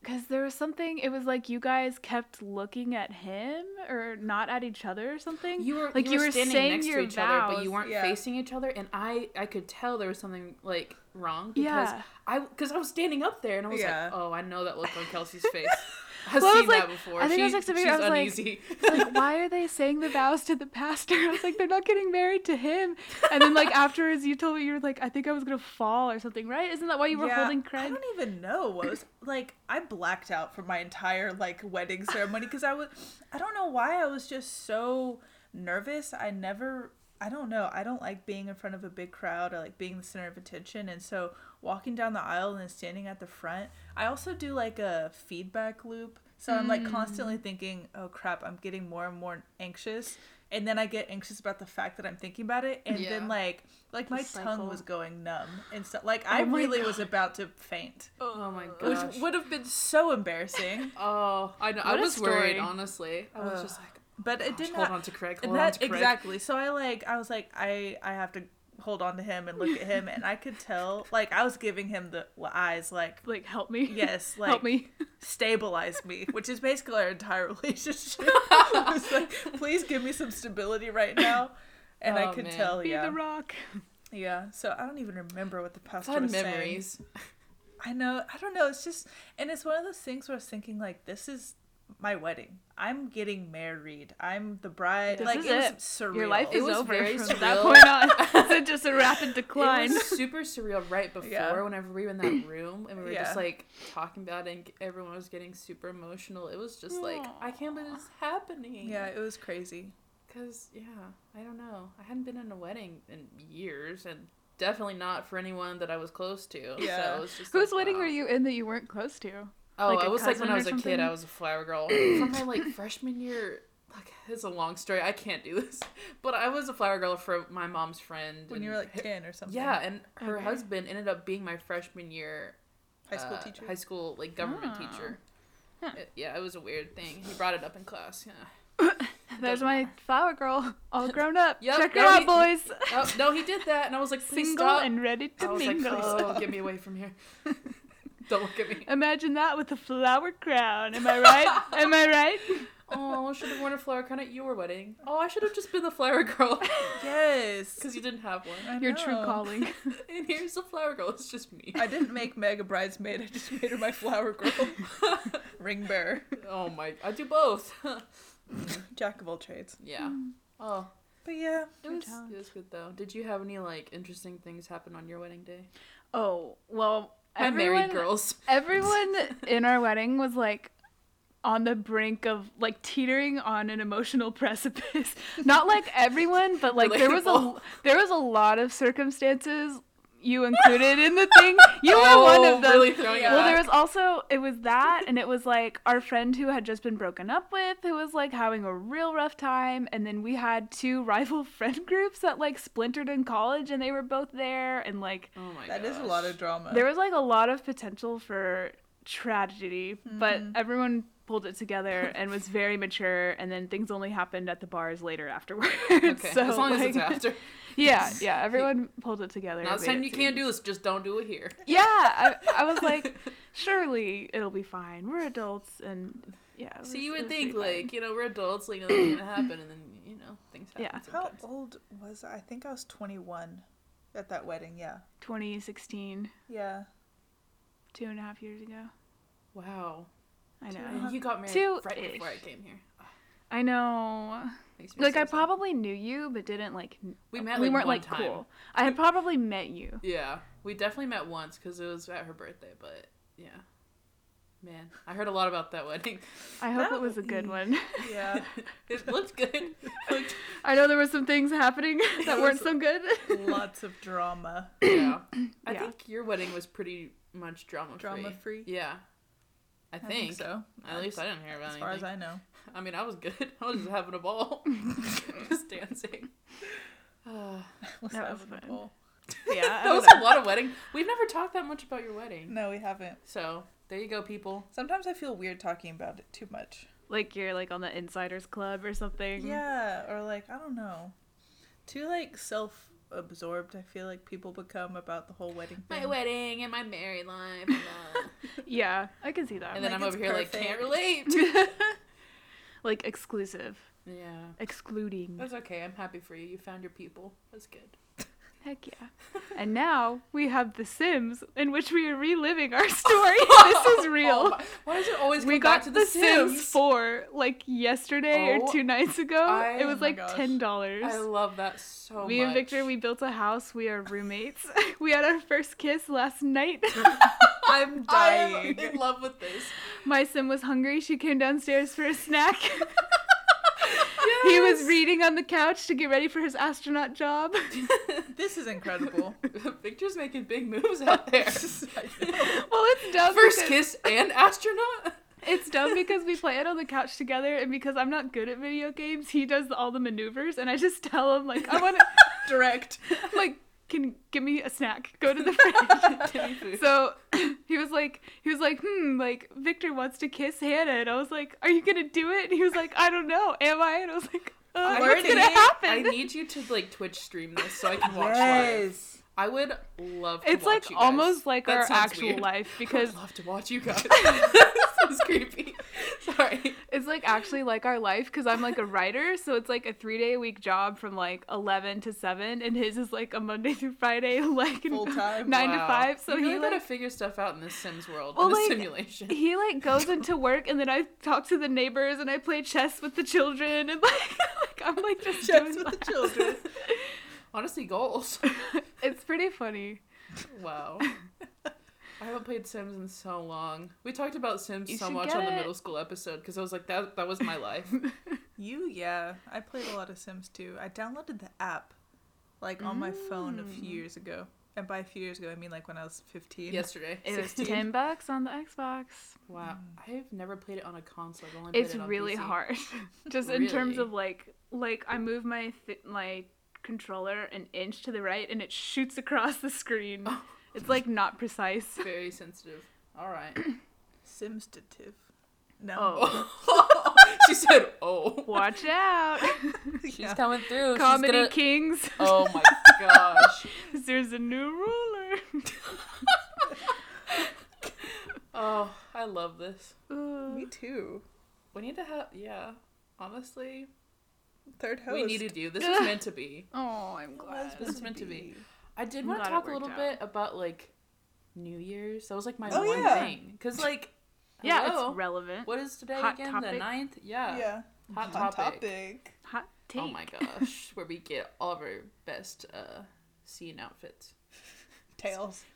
because there was something. It was like you guys kept looking at him or not at each other or something.
you were
like
you, were, standing
saying
next to
your
each other, but
vows.
you weren't
Yeah.
facing each other, and I I could tell there was something like wrong because
Yeah.
I because I was standing up there and I was
Yeah.
like, oh, I know that look on Kelsey's face. I've
Well, I was
seen that
like-
before.
I think
she,
I was like,
she's
I was like-
uneasy.
like why are they saying the vows to the pastor i was like they're not getting married to him and then like afterwards you told me you were like i think i was gonna fall or something right isn't that why you were holding
I
craig
don't even know what was like. I blacked out for my entire like wedding ceremony because I was. I don't know why I was just so nervous. I never. I don't know. I don't like being in front of a big crowd. I like being the center of attention, and so walking down the aisle and then standing at the front. I also do like a feedback loop, so I'm
Mm.
like constantly thinking, "Oh crap, I'm getting more and more anxious." And then I get anxious about the fact that I'm thinking about it, and
Yeah.
then like, like my tongue
cycle.
was going numb and stuff. Like I
Oh my
really was about to faint,
oh my
which
gosh.
would have been so embarrassing.
oh, I know. I
What a
was worried
story.
honestly. I was
Ugh.
just like,
But it
gosh,
did
hold
not.
on to Craig.
and
Hold on
that
to Craig.
exactly. So I like. I was like, I I have to hold on to him and look at him, and I could tell. Like I was giving him the eyes, like
like help me
yes, like
help me
stabilize me, which is basically our entire relationship. I was like, please give me some stability right now. And
Oh,
I could
man.
tell,
be
yeah,
the rock
yeah. So I don't even remember what the pastor
Fun
was saying.
memories.
I know. I don't know. It's just, and it's one of those things where I was thinking, like, this is my wedding. I'm getting married. I'm the bride.
This
like,
is
it, was
it.
surreal.
your life
It
is
was
over
very
from that
surreal.
point on it's just a rapid decline
It was super surreal right before
Yeah.
whenever we were in that room and we were
Yeah.
just like talking about it and everyone was getting super emotional. It was just like, I can't believe this is happening.
Yeah, it was crazy.
Because, yeah, I don't know. I hadn't been in a wedding in years and definitely not for anyone that I was close to.
Yeah.
So it was just
whose
like,
wedding
wow.
were you in that you weren't close to
Oh,
Like
I
a
was like when
cousin
I
or
was a kid,
something?
I was a flower girl. From my like freshman year, like it's a long story. I can't do this, but I was a flower girl for my mom's friend.
When you were
and
like 10 or something.
yeah, and her
Okay.
husband ended up being my freshman year
High school
uh,
teacher.
high school like government
Oh.
teacher.
Huh.
It- yeah, it was a weird thing. He brought it up in class. Yeah.
there's
Doesn't
my flower girl all grown up
Yep,
check
no,
it
he-
out boys
Oh no, he did that, and I was like, please
single
stop.
and ready to
I was like,
mingle
oh, get me away from here. Don't look at me.
Imagine that with a flower crown. Am I right? Am I right?
Oh, I should have worn a flower crown at your wedding. Oh, I should have just been the flower girl
Yes.
because you didn't have one.
I
Your true
know.
calling.
And here's the flower girl. It's just me.
I didn't make Meg a bridesmaid. I just made her my flower girl. Ring bearer.
Oh my! I do both.
Jack of all trades.
yeah. Oh,
But yeah.
it
Your
was,
talent.
it was good though. Did you have any like interesting things happen on your wedding day?
Oh, well,
My
everyone,
married girls.
everyone in our wedding was like on the brink of like teetering on an emotional precipice. Not like everyone, but like there was a
Relatable.
there was a lot of circumstances you included in the thing. You were
Oh,
one of them.
really throwing it
well, there
back.
was also it was that, and it was like our friend who had just been broken up with, who was like having a real rough time, and then we had two rival friend groups that like splintered in college, and they were both there, and like
Oh my
that
gosh.
is a lot of drama.
there was like a lot of potential for tragedy, but
Mm-hmm.
everyone pulled it together and was very mature. And then things only happened at the bars later afterwards.
Okay.
So,
as long as it's
like,
after.
Yeah, yeah. Everyone pulled it together.
Not
and made
saying
it
you
to-
can't do this. Just don't do it here.
Yeah, I, I was like, surely it'll be fine. We're adults, and yeah. it was-
See, you
it
would
was
think
pretty fine.
like you know we're adults, like nothing's gonna happen, and then you know know. Things happen.
Yeah.
How
sometimes.
old was I? I think I was 21 at that wedding. Yeah.
2016,
Yeah.
two and a half years ago.
Wow.
I
Two
know.
and a half-
You got married right
Two-ish.
before I came here. Ugh,
I know.
makes me
Like
so
I
sad.
probably knew you, but didn't like. n-
We met,
We
like,
weren't
one
like
time.
cool. I had probably met you.
Yeah, we definitely met once because it was at her birthday. But yeah, man, I heard a lot about that wedding.
I hope
That
it was a good
was-
one.
Yeah.
it looked good. Looked-
I know there were some things happening that weren't so good.
Lots of drama.
yeah. I
Yeah.
think your wedding was pretty much drama free.
Drama free.
Yeah. I think.
so.
At least I didn't hear about
As
anything.
far as I know.
I mean, I was good. I was just having a ball, just dancing. Uh,
Was
That was
having a
fun.
ball.
yeah. I
that was
don't
a
know.
lot of wedding. We've never talked that much about your wedding.
No, we haven't.
So there you go, people.
Sometimes I feel weird talking about it too much.
Like you're like on the Insiders Club or something.
Yeah, or like I don't know. Too like self-absorbed. I feel like people become about the whole wedding thing.
My wedding and my married life. and, uh,
Yeah, I can see that.
and then
Like,
I'm over
it's
here like can't
perfect.
relate.
like exclusive,
yeah,
excluding.
that's okay. I'm happy for you. You found your people. That's good.
Heck yeah. And now we have The Sims, in which we are reliving our story. this is
Oh
real.
my- why does it always
we
come back
got
to
The, Sims.
Sims?
4 like yesterday
Oh,
or two nights ago.
I-
it
oh
was
my
like
gosh.
$10.
I love that so
me
much.
and Victor, we built a house. We are roommates. we had our first kiss last night.
I'm
I'm
dying.
in love with this.
My sim was hungry. She came downstairs for a snack. He was reading on the couch to get ready for his astronaut job.
this is incredible.
Victor's making big moves out there.
well, it's dumb.
First
because-
kiss and astronaut?
It's dumb because we play it on the couch together, and because I'm not good at video games, he does all the maneuvers, and I just tell him like I want to
Direct.
like can give me a snack, go to the fridge.
Give me food.
So he was like, he was like, hmm, like Victor wants to kiss Hannah, and I was like, are you gonna do it? And he was like, I don't know, am I? And I was like, uh, what's
Learning.
gonna happen?
I need you to like Twitch stream this so I can watch live.
yes.
I would love to
it's
watch
like
you guys.
almost like
That
our
sounds
actual
weird.
life
I
because
would love to watch you guys. this is creepy. Sorry.
it's like actually like our life because I'm like a writer, so it's like a three day a week job from like eleven to seven, and his is like a Monday through Friday, like
Full time.
nine to five. So
you really
he
gotta
like
figure stuff out in this Sims world,
Well,
in this
like,
simulation.
he like goes into work, and then I talk to the neighbors, and I play chess with the children, and like, like I'm like just
Chats
doing
with the
that.
children.
Honestly, goals.
It's pretty funny.
Wow. I haven't played Sims in so long. We talked about Sims
You
so
should
much
get
on the
it.
middle school episode because I was like, that that was my life.
You yeah. I played a lot of Sims too. I downloaded the app like on my phone a
Mm.
few years ago. And by a few years ago I mean like when I was fifteen.
Yesterday.
It was
16.
ten bucks on the Xbox.
Wow. I've never played it on a console. I've only played
It's
it on
really
PC.
hard, just in terms
Really?
of like like I move my th- my controller an inch to the right, and it shoots across the screen.
Oh.
It's like not precise.
Very sensitive. All right.
Simstative. No.
Oh,
she said, "Oh,
watch out,
she's coming through."
comedy kings.
Oh my gosh.
There's a new ruler.
Oh, I love this.
Me
Ugh.
too.
We need to have. Yeah. Honestly,
Third host.
we needed you. This was meant to be.
oh, I'm glad.
This was meant to be. I did
I'm
want to
glad it
talk a
worked
little
out.
bit about like New Year's. That was like my
Oh,
one
yeah.
thing. Cause like,
Yeah,
hello?
it's relevant.
what is today
Hot
again? The
topic.
9th? Yeah.
Yeah.
Hot,
On
topic.
topic.
Hot take.
Oh my gosh, where we get all of our best uh scene outfits.
Tails.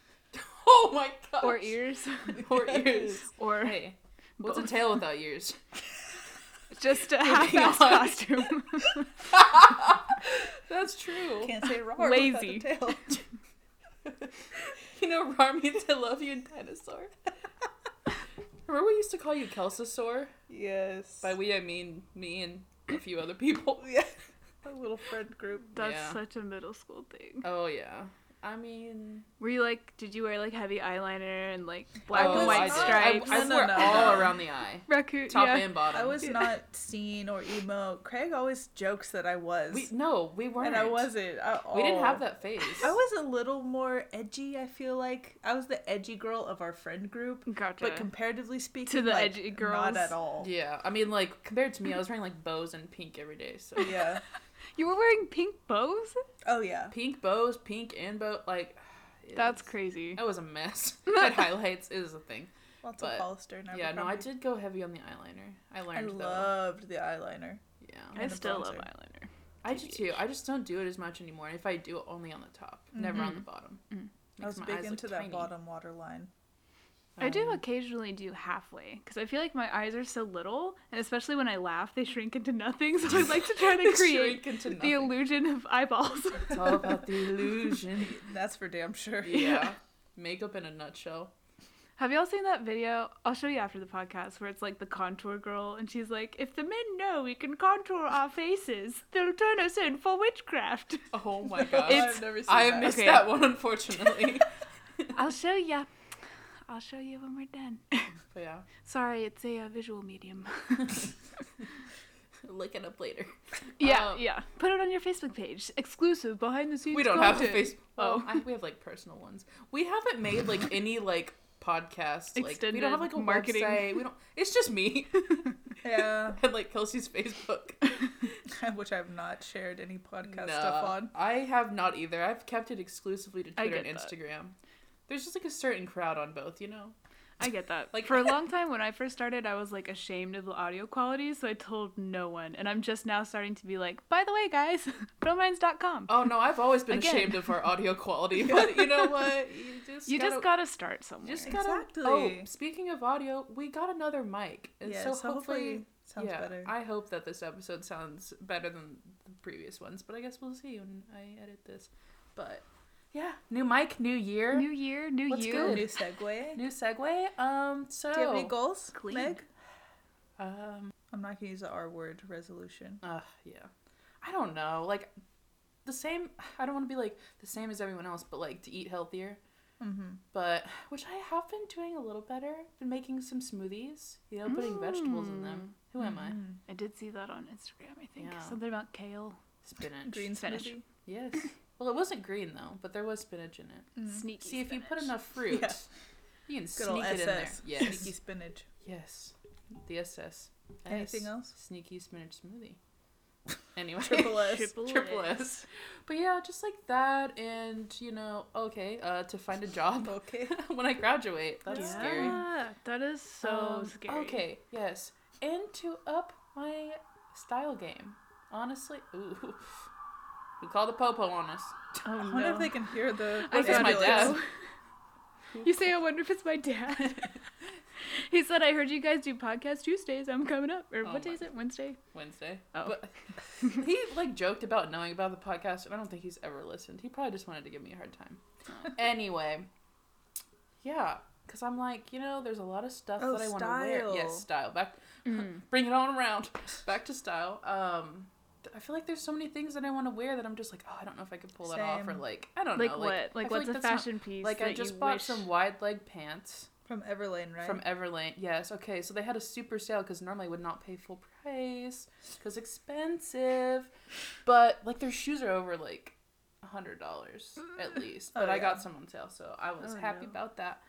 Oh my gosh.
Or ears,
Or ears.
or
Hey, what's
Both.
a tail without ears?
just a half-ass
on.
costume.
That's true.
Can't say wrong. without a
Lazy.
Tail.
You know, Rar means I love you and dinosaur. Remember we used to call you Kelsasaur?
Yes.
By we I mean me and a few other people.
yeah. A little friend group.
That's
Yeah.
such a middle school thing.
Oh yeah. I mean,
Were you like, did you wear like heavy eyeliner and like black
oh,
and white
I did. I-
stripes?
I,
No, no,
wore
no,
all
no.
around the eye,
Raccoon.
top
yeah.
and bottom.
I was not seen or emo. Craig always jokes that I was.
We, no, we weren't.
and I wasn't. At
We didn't have
all.
that phase.
I was a little more edgy, I feel like. I was the edgy girl of our friend group.
Gotcha.
But comparatively speaking,
the
like,
edgy girls.
Not at all.
Yeah, I mean, like compared to me, I was wearing like bows and pink every day. So
Yeah.
You were wearing pink bows?
Oh yeah.
Pink bows, pink and bow. Like, it
That's
was-
crazy.
That was a mess. that highlights is a thing.
Lots
But-
of Hollister and
yeah, no, I
Abercrombie.
did go heavy on the eyeliner. I
I
learned though.
loved the eyeliner.
Yeah,
I
and a
still love
bronzer.
eyeliner.
I do too. I just don't do it as much anymore. And if I do, only on the top, never on the bottom.
Mm-hmm.
Makes
I was
my
big
eyes look
into that
tiny.
bottom water line.
I do
Um,
occasionally do halfway because I feel like my eyes are so little, and especially when I laugh, they shrink into nothing. So I like to try to create
Shrink into
the
nothing.
illusion of eyeballs.
It's all about the illusion.
That's for damn sure.
yeah, makeup in a nutshell.
Have y'all seen that video? I'll show you after the podcast where it's like the contour girl, and she's like, "If the men know we can contour our faces, they'll turn us in for witchcraft."
Oh my gosh.
It's-
I've never seen
I
that.
missed
Okay.
that one, unfortunately.
I'll show ya. I'll show you when we're done.
but yeah,
Sorry, it's a uh, visual medium.
look it up later.
Yeah,
Um,
yeah. Oh. Put it on your Facebook page. Exclusive behind the scenes.
we don't have a
content.
Facebook. Well,
Oh.
I, we have like personal ones. We haven't made like any like podcast. Like we don't have
Extended
like a
marketing.
website. We don't. It's just me
Yeah,
and like Kelsey's Facebook.
which I've not shared any podcast
No,
stuff on.
I have not either. I've kept it exclusively to
I
Twitter and
get that.
Instagram. There's just like a certain crowd on both, you know.
I get that.
Like-
Like for a long time when I first started, I was like ashamed of the audio quality, so I told no one. And I'm just now starting to be like, by the way, guys, filmminds.com.
Oh no, I've always been
Again.
ashamed of our audio quality, but you know what? You just
you
gotta,
just gotta start somewhere.
just gotta.
Exactly.
Oh, speaking of audio, we got another mic, and
yeah,
so,
so
hopefully,
sounds
yeah,
better.
I hope that this episode sounds better than the previous ones, but I guess we'll see when I edit this. But yeah, new mic, new year,
new year, new
Let's
you.
go.
New segue.
new segue. Um, so
Do you have any goals,
Clean.
Meg?
um.
I'm not gonna use the R word resolution.
Uh, yeah. I don't know. Like, the same. I don't want to be like the same as everyone else, but like to eat healthier.
Mm-hmm.
But which I have been doing a little better. Been making some smoothies. You know, putting vegetables in them. Who am
Mm-hmm.
I?
Hmm. I did see that on Instagram, I think.
Yeah.
Something about kale.
Spinach.
Green
Spinach.
smoothie.
Yes. Well, it wasn't green though, but there was spinach in it.
Sneaky.
See, if you put
spinach.
enough fruit,
Yeah.
you can
Mm. Good
sneak
old
it in there.
SS.
Yes.
Sneaky spinach.
yes. The SS.
Anything else?
Sneaky spinach smoothie. Anyway.
Triple S.
Triple,
triple
S.
S. But yeah, just like that, and you know, okay, uh, to find a job
Okay.
when I graduate. That's
yeah,
scary.
That is so
Um,
scary.
Okay, yes, and to up my style game. Honestly, ooh, who called the popo on us?
Oh,
I
no.
wonder if they can hear the.
I
It's my
gotta
dad.
go. You say, I wonder if it's my dad. he said, I heard you guys do podcast Tuesdays. I'm coming up. Or
Oh
what day
my-
is it? Wednesday?
Wednesday.
Oh.
But he like joked about knowing about the podcast, and I don't think he's ever listened. He probably just wanted to give me a hard time.
Oh.
Anyway, yeah, because I'm like, you know, there's a lot of stuff
Oh,
that I want to wear.
style.
Yes, style. Back,
Oh. Mm.
bring it on around. Back to style. Um, th- I feel like there's so many things that I want to wear that I'm just like, oh, I don't know if I could pull that off, or
Same.
like, I don't
Like
know,
what? Like,
I feel
what's a
that's not-
fashion piece?
Like
that
I just
you
bought
wish...
some wide leg pants
From Everlane, right?
from Everlane. Yes. Okay. So they had a super sale because normally I would not pay full price because expensive, but like their shoes are over like a hundred dollars at least.
Oh,
But I
yeah.
got some on sale, so I was
Oh,
happy
no.
about that.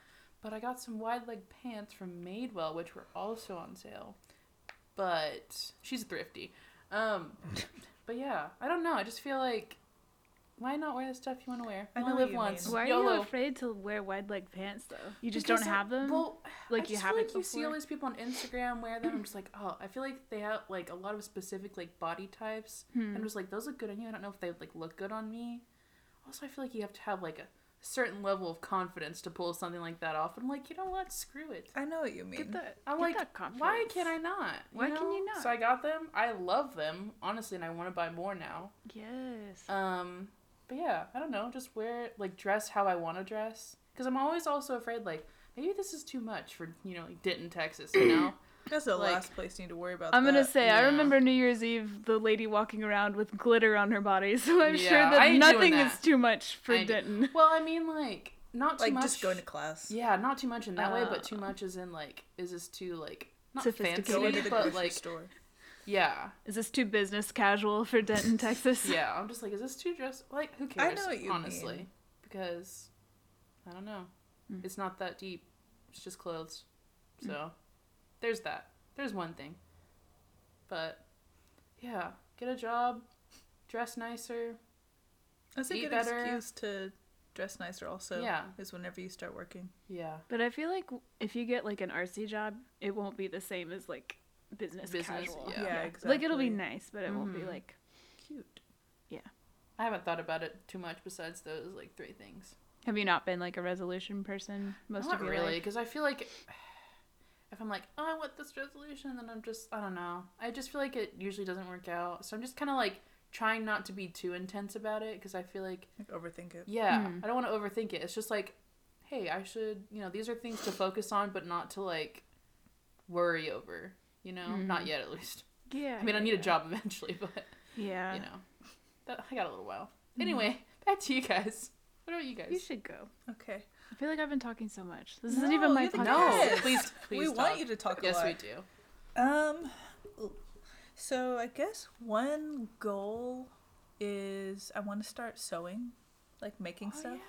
But I got some wide leg pants from Madewell, which were also on sale. But she's thrifty. Um, but yeah, I don't know. I just feel like why not wear the stuff you want to wear?
I
You
know
only
what
live
you
once.
mean.
Why are you
YOLO.
afraid to wear wide leg pants though? You just
Because
don't
I-
have them.
Well, I
like
just
you
feel
haven't
like you see all
before?
these people on Instagram wear them. I'm just like, oh, I feel like they have like a lot of specific like body types. and
Hmm.
I'm just like, those look good on you. I don't know if they like look good on me. Also, I feel like you have to have like a certain level of confidence to pull something like that off. I'm like, you know what? Screw it.
I know what you mean.
Get that.
I'm
get
like,
that confidence.
why can I not?
Why can you not?
So I got them. I love them honestly, and I want to buy more now.
Yes.
Um, but yeah, I don't know. Just wear like dress how I want to dress because I'm always also afraid like maybe this is too much for you know like Denton, Texas. You know.
That's the
like-
last place you need to worry about.
I'm gonna
that.
say I
yeah.
remember New Year's Eve the lady walking around with glitter on her body, so I'm sure
Yeah, I
that
ain't
nothing
doing
is
that.
too much for
I ain't do-
Denton.
Well, I mean like not too
like
much.
just going to class.
Yeah, not too much in that way, but too
Uh,
much is in like is this too like not
Sophisticated.
Going
fancy,
to the
but
grocery
like
store.
yeah,
Is this too business casual for Denton, Texas?
yeah. I'm just like, is this too dress? Like, who
I
cares?
know what you
honestly,
mean.
because I don't know.
Mm.
It's not that deep. It's just clothes.
Mm.
So there's that. There's one thing. But yeah, get a job, dress nicer.
That's a
Eat
good
better.
excuse to dress nicer. Also,
Yeah.
is whenever you start working.
Yeah.
But I feel like if you get like an artsy job, it won't be the same as like business,
Business,
casual.
Yeah.
exactly.
Like it'll be nice, but it won't be
Mhm.
like
Cute.
Yeah.
I haven't thought about it too much besides those like three things.
have you not been like a resolution person most
Not
of your
really,
life?
because I feel like if I'm like, oh, I want this resolution, then I'm just, I don't know. I just feel like it usually doesn't work out. So I'm just kind of like trying not to be too intense about it because I feel like,
Like overthink it.
yeah,
Mm.
I don't want to overthink it. It's just like, hey, I should, you know, these are things to focus on, but not to like worry over, you know? Not
Mhm.
yet, at least.
Yeah.
I mean, I need a job eventually, but,
Yeah. Hmm.
you know, that, I got a little while. Anyway, back to you guys. What about you guys?
You should go.
Okay.
I feel like I've been talking so much. This isn't
No,
even my
you're the
podcast.
no,
Yes.
please, please.
we
talk.
want you to talk.
Yes,
a lot.
we do.
Um, ooh. so I guess one goal is I want to start sewing, like making stuff.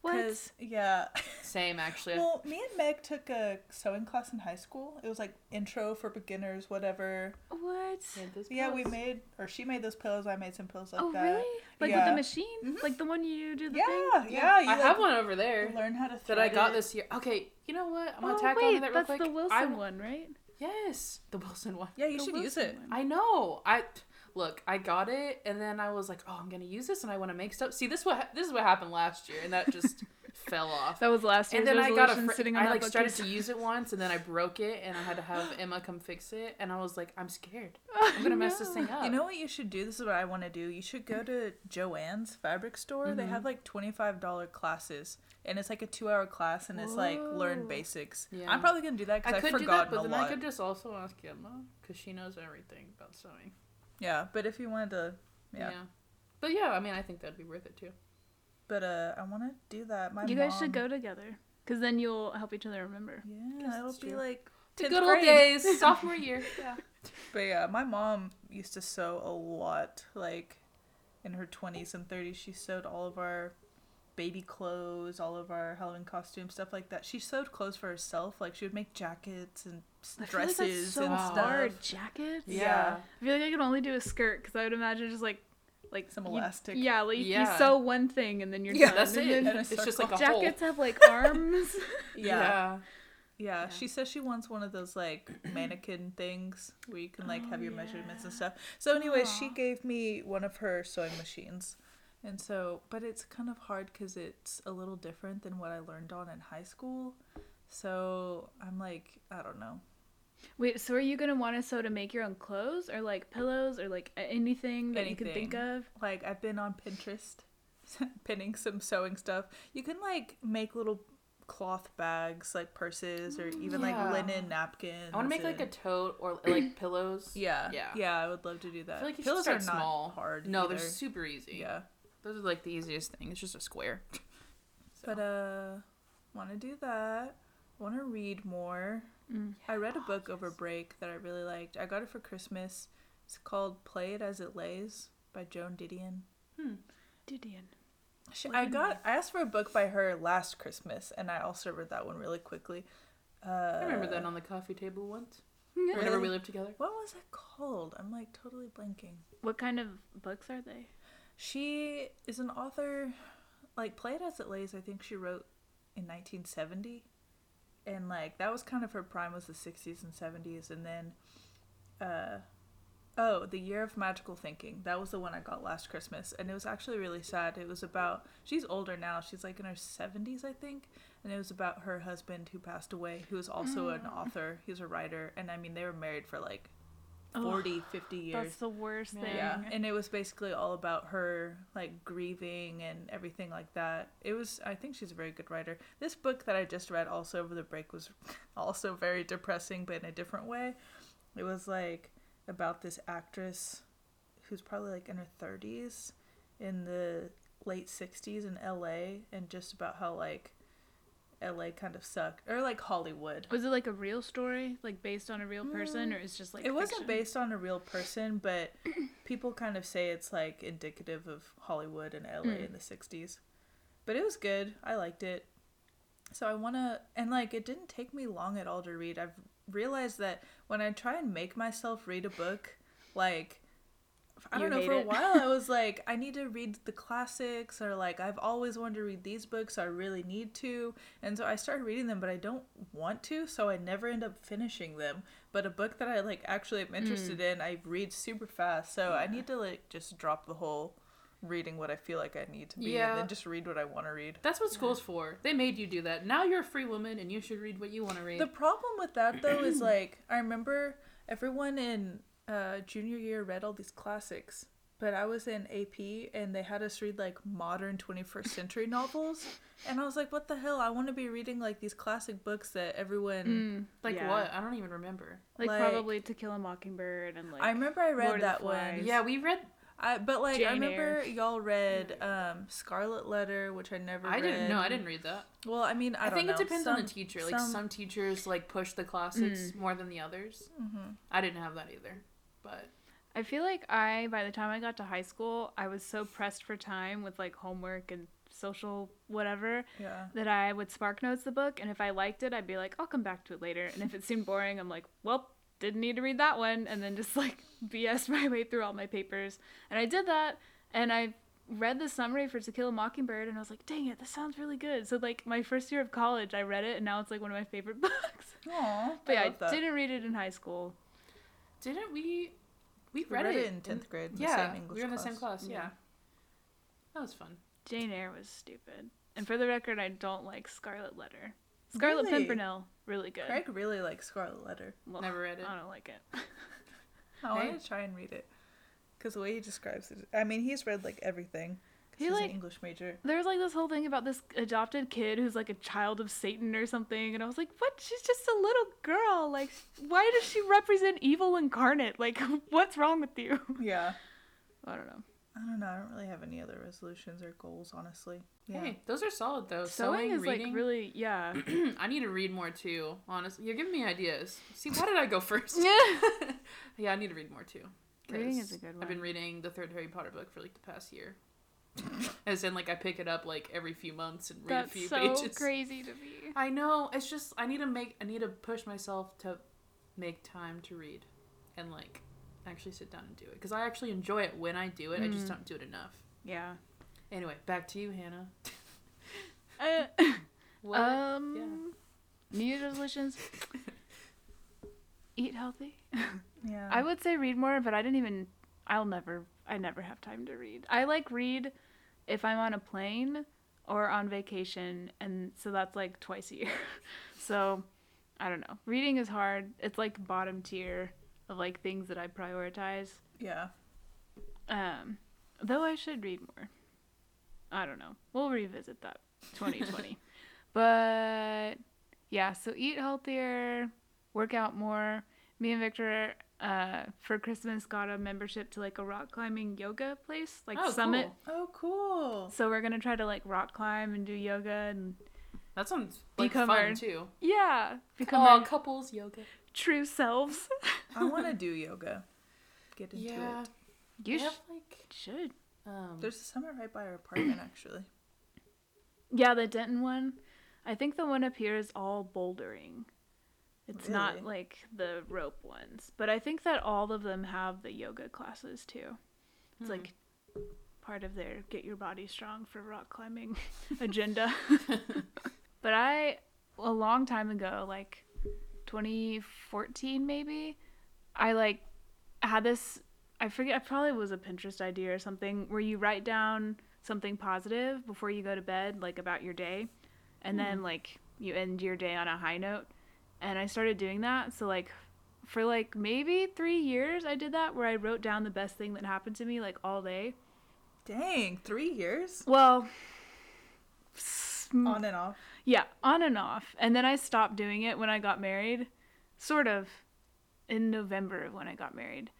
What?
'Cause- Yeah.
Oh, Same, actually.
Well, me and Meg took a sewing class in high school. It was like intro for beginners, whatever.
What?
Yeah, we made or she made those pillows. I made some pillows like
oh
that.
really? Like with
Yeah.
the machine?
Mm-hmm.
Mhm.
Like the one you do the
Yeah,
thing?
yeah.
I
you,
have
like,
one over there
Learn how to
that
thread
I got
it.
this year. Okay, you know what? I'm gonna
oh,
tack
wait,
on to that real
that's
quick.
the Wilson
I-
one, right?
Yes, the Wilson one.
Yeah, you
The
should use
Wilson
it.
one.
I know. I look. I got it, and then I was like, "Oh, I'm gonna use this, and I want to make stuff." See, this what ha- this is what happened last year, and that just fell off.
That was last year's
and then I got a
resolution
fr-
sitting on
I
that
like started
bookcase.
to use it once, and then I broke it, and I had to have Emma come fix it, and I was like, "I'm scared. I'm gonna mess this thing up."
You know what you should do? This is what I want to do. You should go to Joann's fabric store. They
Mm-hmm.
have like $25 classes. And it's like a two hour class and it's like learn
Whoa.
basics.
Yeah.
I'm probably going to do that
I
because I've
could do that,
forgotten
but
a
then
lot.
I could just also ask Emma because she knows everything about sewing.
Yeah, but if you wanted to. Yeah.
But yeah, I mean, I think that'd be worth it too.
But uh, I want to do that. My
You guys should
mom-
go together, because then you'll help each other remember.
Yeah, it'll
that's
be
true.
like.
The
10th
good old
grade.
days, sophomore year. Yeah.
But yeah, my mom used to sew a lot. Like in her 20s and 30s, she sewed all of our baby clothes, all of our Halloween costumes, stuff like that. She sewed clothes for herself. Like she would make jackets and s-
I feel like that's
dresses
so
and stuff.
hard. Jackets.
Yeah.
I feel like I could only do a skirt because I would imagine just like like
Some
you-
elastic.
Yeah, like
Yeah.
you sew one thing and then you're
Yeah,
done.
That's
and
it.
then-
a
It's just like a hole.
Jackets have like arms.
Yeah. yeah.
Yeah.
She says she wants one of those like mannequin things where you can like
Oh,
have your measurements and
yeah.
stuff. So anyways, she
Aw.
gave me one of her sewing machines. And so, but it's kind of hard cuz it's a little different than what I learned on in high school. So, I'm like, I don't know.
Wait, so are you gonna want to sew to make your own clothes or like pillows or like a- anything that you could think of?
Like I've been on Pinterest pinning some sewing stuff. You can like make little cloth bags, like purses or even
Mm, Yeah.
like linen napkins.
I want to make like a
and-
tote or like pillows.
Yeah.
Yeah.
Yeah, I would love to do that.
I feel like you
Pillows
should
are
start small.
not hard.
No,
either.
they're super easy.
Yeah.
Those are like the easiest thing. It's just a square.
But uh want to do that. Want to read more.
Mm.
I read a book over break that I really liked. I got it for Christmas. It's called Play It As It Lays by Joan Didion.
Didion.
She, I got I asked for a book by her last Christmas and I also read that one really quickly. Uh,
I remember that on the coffee table once. Whenever
Really?
we lived together.
What was it called? I'm like totally blanking.
What kind of books are they?
She is an author, like Play It As It Lays, I think she wrote in 1970. And like that was kind of her prime was the 60s and 70s and then uh oh, The Year of Magical Thinking. That was the one I got last Christmas and it was actually really sad. It was about she's older now. She's like in her 70s, I think. And it was about her husband who passed away, who was also an
Mm.
author. He was a writer and I mean they were married for like
Ugh,
40, 50 years.
Oh, That's the worst thing.
Yeah, and it was basically all about her like grieving and everything like that. It was I think she's a very good writer. This book that I just read also over the break was also very depressing but in a different way. It was like about this actress who's probably like in her 30s in the late 60s in LA and just about how like LA kind of sucked or like Hollywood.
Was it like a real story, like based on a real person, or is just like
Mm. it wasn't
fiction?
based on a real person, but people kind of say it's like indicative of Hollywood and LA
Hmm.
in the 60s. But it was good. I liked it. So I want to, and like it didn't take me long at all to read. I've realized that when I try and make myself read a book, like I
You
don't know.
hate
For a
it.
while, I was like, I need to read the classics, or like, I've always wanted to read these books, so I really need to. And so I started reading them, but I don't want to, so I never end up finishing them. But a book that I like actually am interested
Hmm.
in, I read super fast, so I need to like just drop the whole reading what I feel like I need to be,
Yeah.
and then just read what I want to read.
That's what school's for. They made you do that. Now you're a free woman and you should read what you want to read.
The problem with that though is like I remember everyone in uh, junior year read all these classics, but I was in AP and they had us read like modern 21st century novels, and I was like, what the hell? I want to be reading like these classic books that everyone.
Mm,
like
yeah.
what? I don't even remember.
Like,
Like-
probably To Kill a Mockingbird and like.
I remember I read
Hmm. Lord of the
that one.
Flies.
Yeah, we read.
I, but like I
Jane Eyre.
remember y'all read um, Scarlet Letter, which I never.
I didn't.
read.
No, I didn't read that.
Well, I mean, I,
I,
don't
think it
know.
depends on
Some-
the teacher. Like
some- Mm.
some teachers like push the classics more than the others.
Mhm.
I didn't have that either. But
I feel like I, by the time I got to high school, I was so pressed for time with like homework and social whatever
Yeah.
that I would spark notes the book, and if I liked it, I'd be like, I'll come back to it later. And if it seemed boring, I'm like, well, didn't need to read that one, and then just like BS my way through all my papers. And I did that, and I read the summary for To Kill a Mockingbird, and I was like, dang it, this sounds really good. So like my first year of college, I read it, and now it's like one of my favorite books.
Aw,
But yeah,
I, love that.
I didn't read it in high school.
didn't we? We
We
read, it,
in tenth grade. in the
yeah,
same English
we were in the same
class.
class. Yeah.
Yeah.
That was fun.
Jane Eyre was stupid. And for the record, I don't like Scarlet Letter. Scarlet
Really?
Pimpernel, really good.
Craig really likes Scarlet Letter.
Well,
Never read it.
I don't like it.
I
Hey.
want to try and read it because the way he describes it, I mean, he's read like everything. 'cause
He,
he's
like-
an English major.
There's like this whole thing about this adopted kid who's like a child of Satan or something, and I was like, "What? She's just a little girl. Like, why does she represent evil incarnate? Like, what's wrong with you?"
Yeah,
I don't know.
I don't know. I don't really have any other resolutions or goals, honestly. Yeah,
Hey, those are solid though.
Sewing, is
reading.
like really, yeah.
I need to read more too. Honestly, you're giving me ideas. See, why did I go first? yeah, I need to read more too. 'cause
Reading is a good
I've been
one.
reading the third Harry Potter book for like the past year. As in, like I pick it up like every few months and read a
That's
few
so
pages.
crazy to me.
I know. It's just I need to make I need to push myself to make time to read and like actually sit down and do it because I actually enjoy it when I do it. I just
Mm.
don't do it enough.
Yeah.
Anyway, back to you, Hannah.
Uh,
What?
Um, New Year's resolutions. Eat healthy.
yeah.
I would say read more, but I didn't even. I'll never. I never have time to read. I like read if I'm on a plane or on vacation, and so that's like twice a year. so I don't know. Reading is hard. It's like bottom tier of like things that I prioritize.
yeah,
Um, though I should read more. I don't know. We'll revisit that 2020. but yeah, so eat healthier, work out more. Me and Victor uh, for Christmas got a membership to like a rock climbing yoga place, like
Oh,
Summit.
cool.
Oh, cool.
So we're gonna try to like rock climb and do yoga and
That sounds like
Become
fun
our-
too.
yeah, become
Aw,
our
couples yoga.
true selves.
I want to do yoga. Get into it.
You
They have,
sh-
like
should.
um
There's a summit right by our apartment, actually.
Yeah, the Denton one. I think the one up here is all bouldering. It's not
Really?
like the rope ones, but I think that all of them have the yoga classes too. It's like part of their get your body strong for rock climbing agenda. but I a long time ago, like 2014 maybe, I like had this I forget I probably was a Pinterest idea or something where you write down something positive before you go to bed like about your day and then like you end your day on a high note and I started doing that so like for like maybe 3 years I did that where I wrote down the best thing that happened to me like all day.
Dang, three years
Well, Mm.
on and off.
Yeah, on and off. And then I stopped doing it when I got married, sort of in November of when I got married.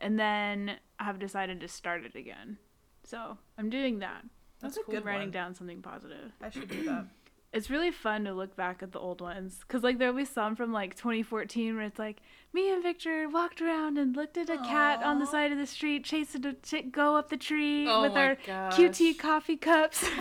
And then I have decided to start it again. So I'm doing that.
That's, a good
writing
one.
down something positive.
I should do that.
It's really fun to look back at the old ones because, like, there'll be some from like 2014 where it's like, me and Victor walked around and looked at a cat on the
Aw.
side of the street, chasing a ch- go up the tree
Oh
with
my
our
gosh.
QT coffee cups.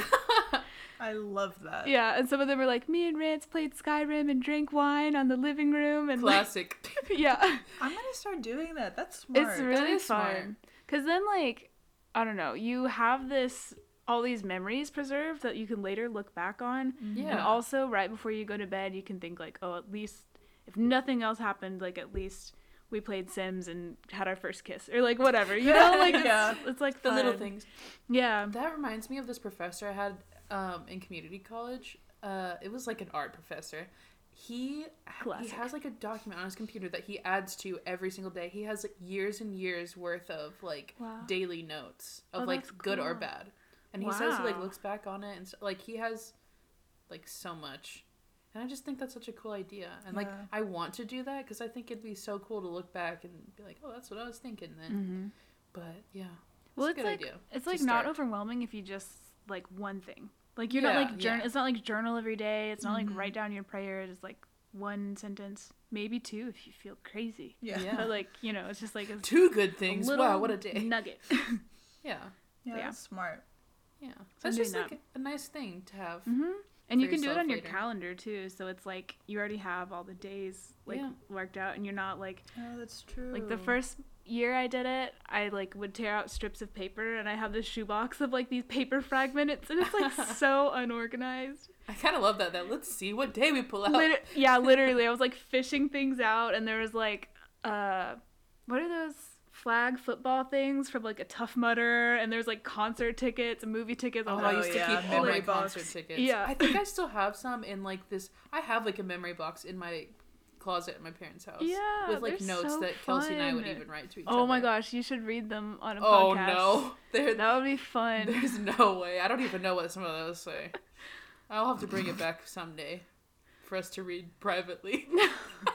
I love that.
Yeah, and some of them were like, me and Rance played Skyrim and drank wine on the living room, and
classic.
like, yeah,
I'm gonna start doing that. That's smart.
it's
That
really
is smart.
fun. Because then, like, I don't know, you have this, all these memories preserved that you can later look back on.
Yeah.
And also, right before you go to bed, you can think, like, oh, at least, if nothing else happened, like, at least we played Sims and had our first kiss or, like, whatever. You know, like, it's,
Yeah.
it's like
the little
fun.
things.
Yeah.
Um, That reminds me of this professor I had um, in community college. Uh, it was like an art professor. He
Classic.
he has like a document on his computer that he adds to every single day. He has like years and years worth of like
Wow.
daily notes of
Oh,
like
that's
good or
cool.
bad, and he says he like
Wow.
looks back on it and s like he has like so much, and I just think that's such a cool idea. And like
Yeah.
I want to do that because I think it'd be so cool to look back and be like, oh, that's what I was thinking then.
Mm-hmm.
But yeah,
Well,
that's
it's
a good
like
idea.
it's
to
like not
start.
overwhelming if you just like one thing. Like you're
Yeah,
not like journal.
yeah. Mm-hmm.
It's not like journal every day. It's not
Mhm.
like write down your prayers. It's like one sentence, maybe two if you feel crazy.
Yeah.
Yeah.
But like you know, it's just like a,
Two good
a
things.
little
Wow, what a day.
nugget.
Yeah.
Yeah,
Yeah.
that's smart.
Yeah.
I'm
That's
doing
just
that.
like a nice thing to have.
hmm And you
For
can do it
yourself
on your
later.
calendar too. So it's like you already have all the days like
Yeah.
worked out, and you're not like
Oh, that's true.
Like the first year I did it, I like would tear out strips of paper and I have this shoebox of like these paper fragments and it's like so unorganized.
I kind of love that. That let's see what day we pull out.
Liter- yeah, literally I was like fishing things out and there was like uh what are those flag football things from like a Tough Mudder and there's like concert tickets and movie tickets.
Oh,
all
I
that.
used to
yeah,
keep all my
memory box.
concert tickets.
Yeah.
I think I still have some in like this. I have like a memory box in my closet at my parents' house.
Yeah,
With like
they're
notes
so
that Kelsey and I would
fun.
even write to each other.
Oh my gosh, you should read them on a
Oh
podcast.
no. There,
That would be fun.
there's no way. I don't even know what some of those say. I'll have to bring it back someday for us to read privately.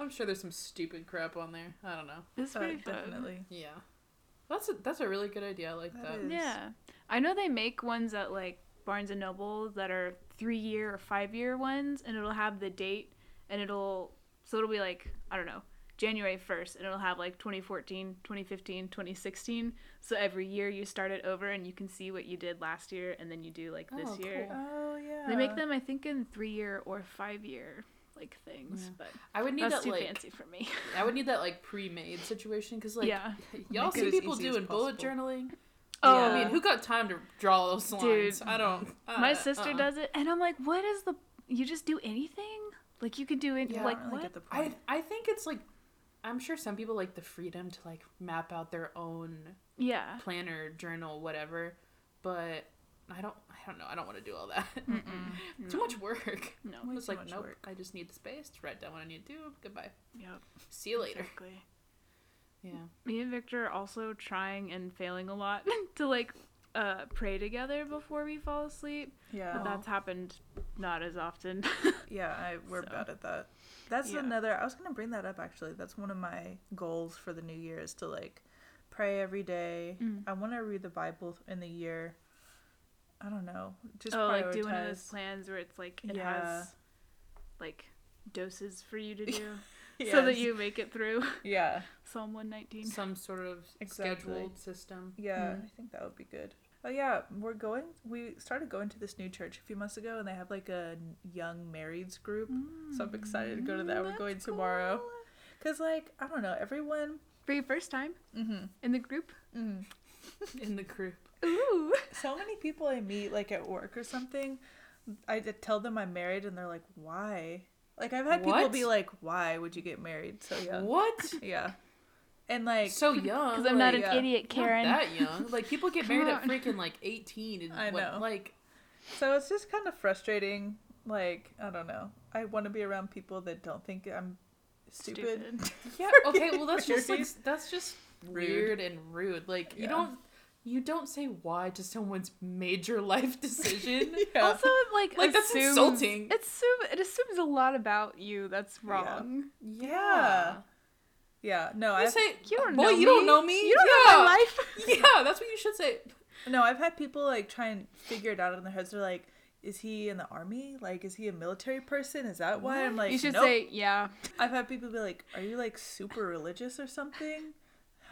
I'm sure there's some stupid crap on there. I don't know.
It's
Oh,
pretty fun.
definitely.
Yeah. That's a that's a really good idea. I like
That
that.
is.
Yeah. I know they make ones at like Barnes and Noble that are three year or five year ones and it'll have the date and it'll so it'll be like, I don't know, January 1st and it'll have like 2014, 2015, 2016. So every year you start it over and you can see what you did last year and then you do like this
Oh,
year.
cool.
Oh yeah.
They make them I think in three year or five year like things,
Yeah.
but
I would need
that's
that
too
like
fancy for me.
I would need that like pre-made situation because like
yeah.
y'all
Make
see
it as
people
easy as
doing bullet
possible.
journaling.
Oh,
I mean, who got time to draw those
Dude,
lines? I don't. Uh,
My sister
uh-uh.
does it, and I'm like, what is the? You just do anything? Like you can do it?
Yeah,
like
I don't really
what?
get the point.
I I think it's like, I'm sure some people like the freedom to like map out their own
Ah.
Yeah.
planner, journal, whatever, but. I don't. I don't know. I don't want to do all that. Too much work.
No.
I
Hmm. Way
was
too
like,
much
nope.
work.
I just need the space to write down what I need to do. Goodbye.
Yep.
See you later.
Exactly.
Yeah.
Me and Victor are also trying and failing a lot to like uh, pray together before we fall asleep,
yeah.
but that's happened not as often.
Yeah, I, we're
So.
bad at that. That's
Yeah.
another. I was gonna bring that up actually. That's one of my goals for the new year is to like pray every day.
Mm.
I want to read the Bible in the year. I don't know. Just
oh,
prioritize.
like do one of those plans where it's like it
Yeah.
has like doses for you to do so that
Yes.
you make it through
Yeah,
Psalm 119.
Some sort of
Exactly.
scheduled system.
yeah.
Mhm.
I think that would be good. Oh yeah, we're going. We started going to this new church a few months ago, and they have like a young marrieds group. So I'm excited to go to that. We're
Mm. That's
going tomorrow.
cool.
Cause like I don't know, everyone.
For your first time
Mm-hmm.
in the group?
Mm.
in the group.
Ooh.
so many people I meet like at work or something, I d- tell them I'm married and they're like, "Why?" Like I've had people
What?
be like, "Why would you get married?" So yeah,
What?
yeah, and like
So young.
Because I'm not
like,
an
yeah.
idiot, Karen.
Not that young. Like people get
Come
married
on.
at freaking like 18 and
I
what,
know.
like
so it's just kind of frustrating. Like I don't know, I want to be around people that don't think I'm stupid.
yeah, okay, well that's just like that's just
Rude.
weird and rude. Like you
Yeah.
don't you don't say why to someone's major life decision.
Yeah.
Also, it, like,
Like, that's
assumes-
insulting.
It assume, it assumes a lot about you that's
Yeah.
wrong.
Yeah. yeah, no,
You
I
say
You don't
boy,
know
you
me.
don't know me.
You don't know my life.
yeah. Yeah, that's what you should say.
no, I've had people like try and figure it out in their heads. They're like, "Is he in the army? Like, is he a military person? Is that why?" I'm like,
you should
"Nope."
say, yeah.
I've had people be like, "Are you like super religious or something?"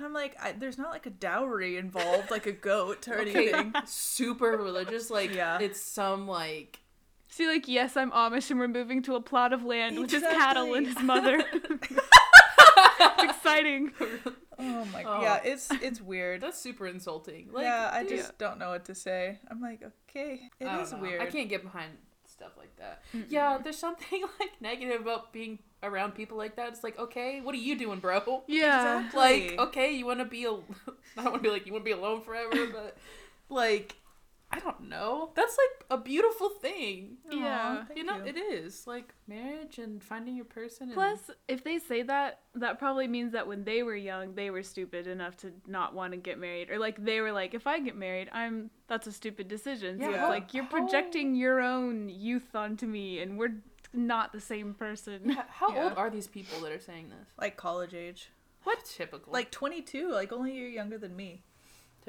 I'm like, I, "There's not like a dowry involved, like a goat or
Okay.
Oh.
anything."
Super religious like
Yeah.
it's some like
See, like, yes, I'm Amish and we're moving to a plot of land with his cattle and his
Exactly.
mother. it's exciting.
Oh my
Oh.
yeah, it's it's weird.
That's super insulting. Like,
yeah, I
dude,
just don't know what to say. I'm like, okay, it is
I don't know.
weird.
I can't get behind stuff like that. Yeah, there's something like negative about being around people like that. It's like, okay, what are you doing, bro?
Yeah.
Like,
Exactly.
okay, you want to be al- I don't want to be like you want to be alone forever, but like I don't know. That's like a beautiful thing.
Aw,
Yeah,
thank
you know, it is. Like marriage and finding your person and
Plus, if they say that, that probably means that when they were young, they were stupid enough to not want to get married, or like they were like, if I get married, I'm that's a stupid decision. So
Yeah,
it's
how-
like you're
how-
projecting your own youth onto me, and we're not the same person.
Yeah, how
Yeah.
old are these people that are saying this?
like college age,
What typical?
like 22, like only you're younger than me.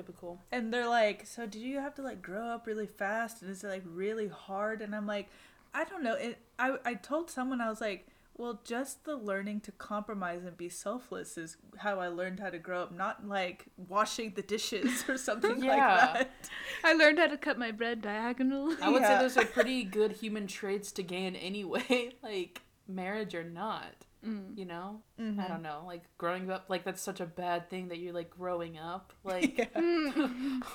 typical.
And they're like, so did you have to like grow up really fast? And is it like really hard? And I'm like, I don't know. It, I, I told someone, I was like, well, just the learning to compromise and be selfless is how I learned how to grow up, not like washing the dishes or something
Yeah.
like that.
I learned how to cut my bread diagonal.
I would
Yeah.
say those are pretty good human traits to gain anyway, like marriage or not.
Mm.
You know,
Mhm.
I don't know. Like growing up, like that's such a bad thing that you're like growing up. Like,
Yeah.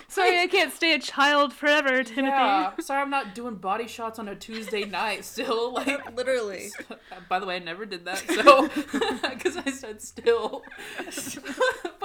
Sorry, I can't stay a child forever, Timothy.
yeah. Sorry, I'm not doing body shots on a Tuesday night. Still, like, uh,
Literally.
by the way, I never did that. So, because I said still, but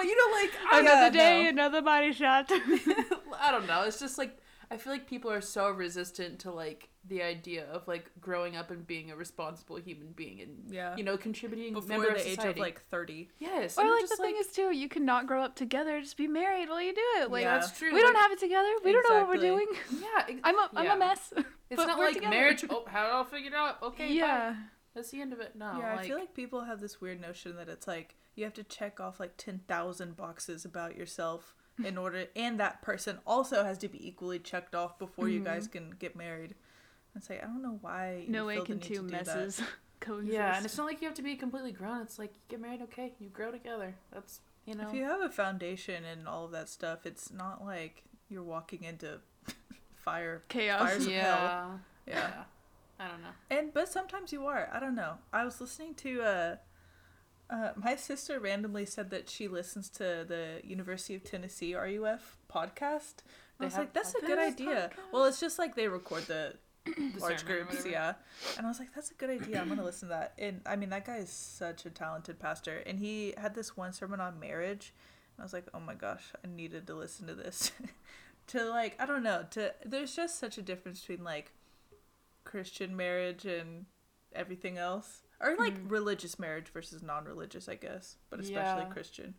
you know, like I,
Another
Yeah,
day,
no.
another body shot.
I don't know. It's just like I feel like people are so resistant to like the idea of like growing up and being a responsible human being and
Yeah.
you know contributing
Before
member
the
of
age
society.
of like 30.
yes,
Or
and
like
just
the thing is too, you cannot grow up together. Just be married while you do it. Like
Yeah.
that's true.
we don't
like,
have it together. We don't know what we're
Exactly.
doing.
yeah. ex-
I'm a I'm
Yeah.
a mess.
It's
but
not
we're
like
together.
marriage. Oh, how it all figured out. Okay, yeah,
yeah.
that's the end of it. No,
Oh,
yeah,
like,
I feel like people have this weird notion that it's like you have to check off like 10,000 boxes about yourself in order, and that person also has to be equally checked off before you guys can get married. And say, I don't know why. you
Mm-hmm. No way
feel the
can
need to
two
do that."
messes coexist.
yeah, and it's not like you have to be completely grown. It's like you get married. Okay, you grow together. That's you know.
If you have a foundation and all of that stuff, it's not like you're walking into fire.
chaos.
Fires of hell.
yeah,
Yeah.
yeah. I don't know.
And but sometimes you are. I don't know. I was listening to uh, uh my sister randomly said that she listens to the University of Tennessee RUF podcast.
They
I was
have
like, that's a good
podcasts?
idea. Well, it's just like they record the
The
large
sermon or
groups,
whatever.
yeah. And I was like, that's a good idea. I'm gonna listen to that. And I mean, that guy is such a talented pastor. And he had this one sermon on marriage. And I was like, oh my gosh, I needed to listen to this. to like, I don't know. To there's just such a difference between like Christian marriage and everything else, or like
Mm-hmm.
religious marriage versus non-religious, I guess, but especially
Yeah.
Christian.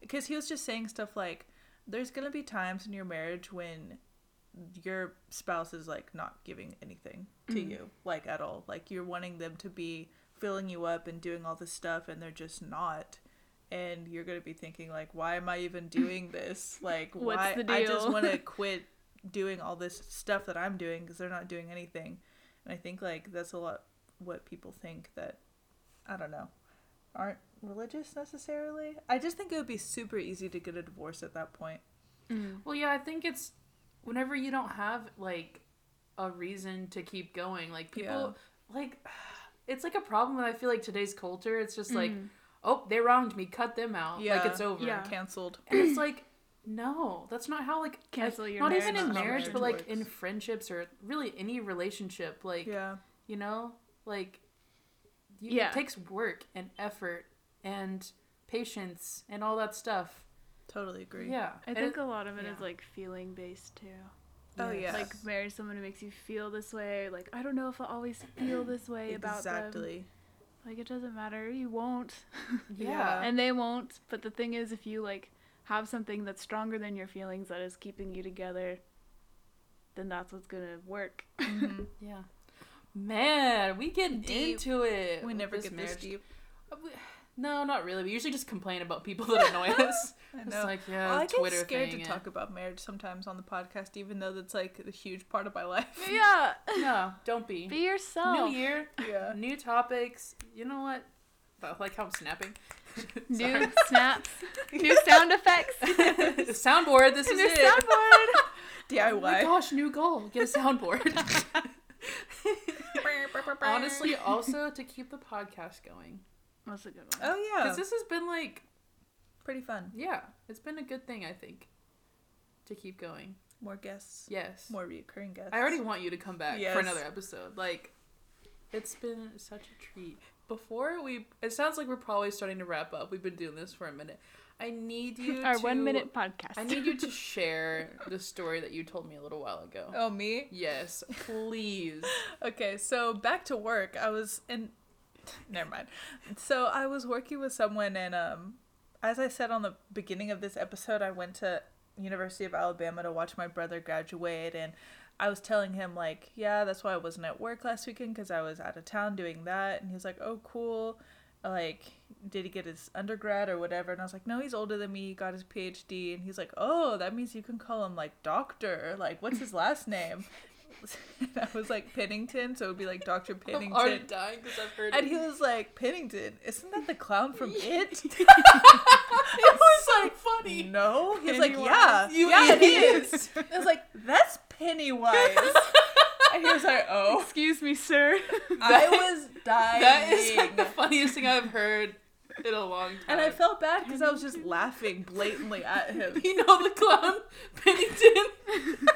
Because he was just saying stuff like, there's gonna be times in your marriage when your spouse is like not giving anything to
Mm-hmm.
you like at all like you're wanting them to be filling you up and doing all this stuff and they're just not and you're going to be thinking like why am i even doing this like
What's
why
the
i just
deal?
want to quit doing all this stuff that i'm doing because they're not doing anything and i think like that's a lot what people think that i don't know aren't religious necessarily i just think it would be super easy to get a divorce at that point
Mm.
Well, yeah, I think it's whenever you don't have like a reason to keep going, like people like it's like a problem that I feel like today's culture. It's just like, oh, they wronged me, cut them out, like
Yeah.
it's over.
Mm. Yeah.
canceled
And it's like, no, that's not how like
Cancel
like,
your
not
marriage,
even in
that's not how
marriage, but
marriage
like in
works.
friendships or really any relationship. Like,
yeah
you know, like you,
Yeah.
it takes work and effort and patience and all that stuff.
totally agree
Yeah,
I
And
think
it-
a lot of it is
yeah.
like feeling based too.
oh
Yes.
yeah
Like marry someone who makes you feel this way. Like I don't know if I always feel this way about them.
exactly
Like it doesn't matter. You won't.
yeah.
and they won't. But the thing is, if you like have something that's stronger than your feelings that is keeping you together, then that's what's gonna work.
Yeah. Man, we get
Deep.
into it.
we
with
never
this
get this
marriage.
deep
Uh, we- No, not really. We usually just complain about people that annoy us.
i
It's
know
like yeah,
Well,
the
i get
Twitter
scared
thing.
to talk about marriage sometimes on the podcast even though that's like a huge part of my life
yeah.
and- No, don't be.
Be yourself.
New year,
yeah
new topics. You know what? I like how I'm snapping.
New snaps, new sound effects,
soundboard. This is
new
it.
soundboard.
Oh my
diy
gosh, new goal. Get a soundboard. Honestly, also to keep the podcast going,
That's a good one.
Oh yeah,
Because this has been like,
pretty fun.
yeah, it's been a good thing, I think, to keep going.
More guests,
Yes.
more recurring guests.
I already want you to come back
Yes.
for another episode. Like, it's been such a treat. Before we, it sounds like we're probably starting to wrap up. We've been doing this for a minute. I need you
Our
to,
one minute podcast.
I need you to share the story that you told me a little while ago.
Oh me?
Yes, please.
Okay, so back to work. I was in. Never mind. So I was working with someone, and um, as I said on the beginning of this episode, I went to University of Alabama to watch my brother graduate, and I was telling him like, yeah, that's why I wasn't at work last weekend because I was out of town doing that, and he was like, oh, cool. Like, did he get his undergrad or whatever? And I was like, no, he's older than me. He got his PhD, and he's like, oh, that means you can call him like doctor. Like, what's his last name? and I was like Pennington, so it would be like Doctor Pennington.
I'm already dying because I've heard.
And
it.
he was like, Pennington, isn't that the clown from It?
it was like funny.
No. He was like,
Pennywise.
yeah.
You
yeah, it
idiot.
is. I was like, that's Pennywise. and he was like, oh.
Excuse me, sir.
I was dying.
That is like the funniest thing I've heard in a long time.
and I felt bad because I was just laughing blatantly at him.
you know the clown Pennington.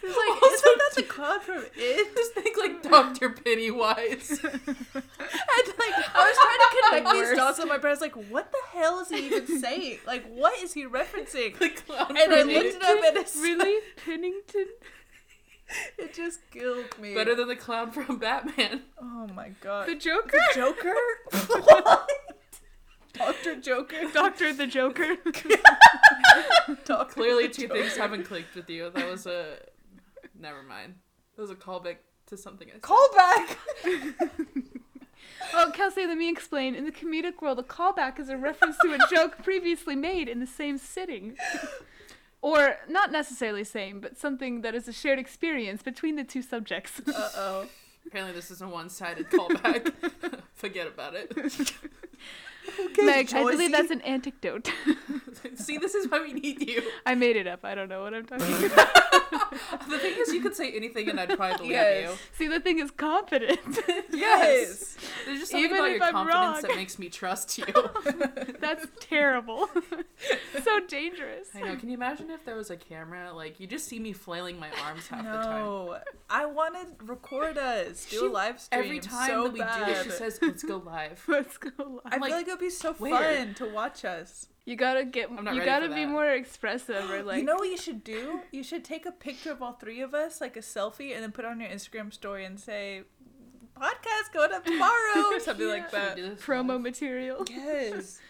He was like,
Also,
isn't that the clown from It?
Just think like Doctor Pennywise.
And like I was trying to connect these dots, and my brain's like, "What the hell is he even saying? Like, what is he referencing?"
the clown.
And I
from
looked
It.
it up, and it's,
really? Pennington?
it just killed me.
better than the clown from Batman.
oh my god,
The Joker?
Joker? what? Doctor Joker,
Doctor the Joker.
Doctor.
Clearly, two things haven't clicked with you. That was a. Never mind. That was a callback to something. I said.
Callback.
oh, Kelsey, let me explain. In the comedic world, a callback is a reference to a joke previously made in the same sitting. Or not necessarily same, but something that is a shared experience between the two subjects.
Uh oh.
Apparently, this is a one-sided callback. Forget about it.
Meg, I
Joycey.
believe that's an anecdote.
See, this is why we need you.
I made it up. I don't know what I'm talking about.
The thing is, you could say anything, and I'd probably believe
Yes.
you.
See, the thing is confident.
Yes.
There's just something
Even
about
if
your
I'm
confidence
wrong.
that makes me trust you.
That's terrible. so dangerous.
I know. Can you imagine if there was a camera? Like, you just see me flailing my arms half the time.
No, I wanted to record us. Do
She-
a live stream.
Every time
so
that we
bad.
do this, she says, "Let's go live."
Let's go live.
I feel
like,
like it would be so
where?
fun to watch us.
You gotta get.
I'm not ready
You
for
gotta be
that.
more expressive, or like.
you know what you should do? You should take a picture of all three of us, like a selfie, and then put it on your Instagram story and say, "Podcast going up tomorrow," or something like
Should
that.
we do this
promo
live?
material.
Yes.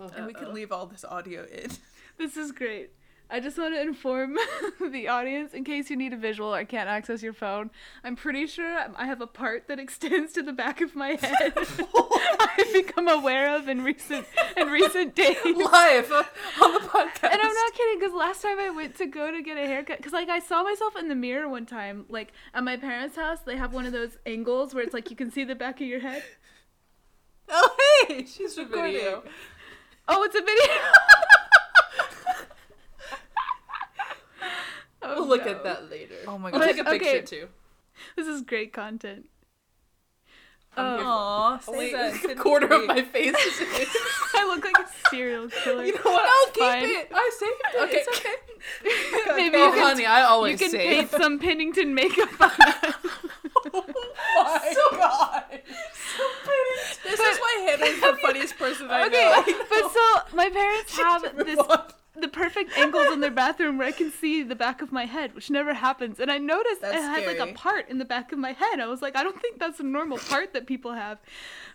Ugh.
And we can
Uh-oh.
leave all this audio in.
This is great. I just want to inform the audience in case you need a visual or can't access your phone. I'm pretty sure I'm- I have a part that extends to the back of my head. I've become aware of in recent in recent days.
Live on the podcast.
And I'm not kidding, because last time I went to go to get a haircut, because like I saw myself in the mirror one time, like at my parents' house, they have one of those angles where it's like you can see the back of your head.
Oh hey,
It's
she's
a
recording.
video.
Oh, it's a video. oh,
We'll look
no.
at that later.
Oh my
I'll
god.
take a picture
okay.
too.
This is great content.
I'm
Oh,
Aww, say
Only
that.
a quarter of my face is in it.
I look like a serial killer.
You know what?
keep Fine.
it. I saved it.
Okay.
It's okay.
Maybe
Oh,
you can,
honey, I
you
always
can
save.
paint some Pennington makeup on it.
my god. This is why Hannah's the funniest person I
Okay,
know.
but so my parents have this
What?
the perfect angles in their bathroom where I can see the back of my head, which never happens. And I noticed
That's
I had like
scary.
a part in the back of my head. I was like, I don't think that's a normal part that people have.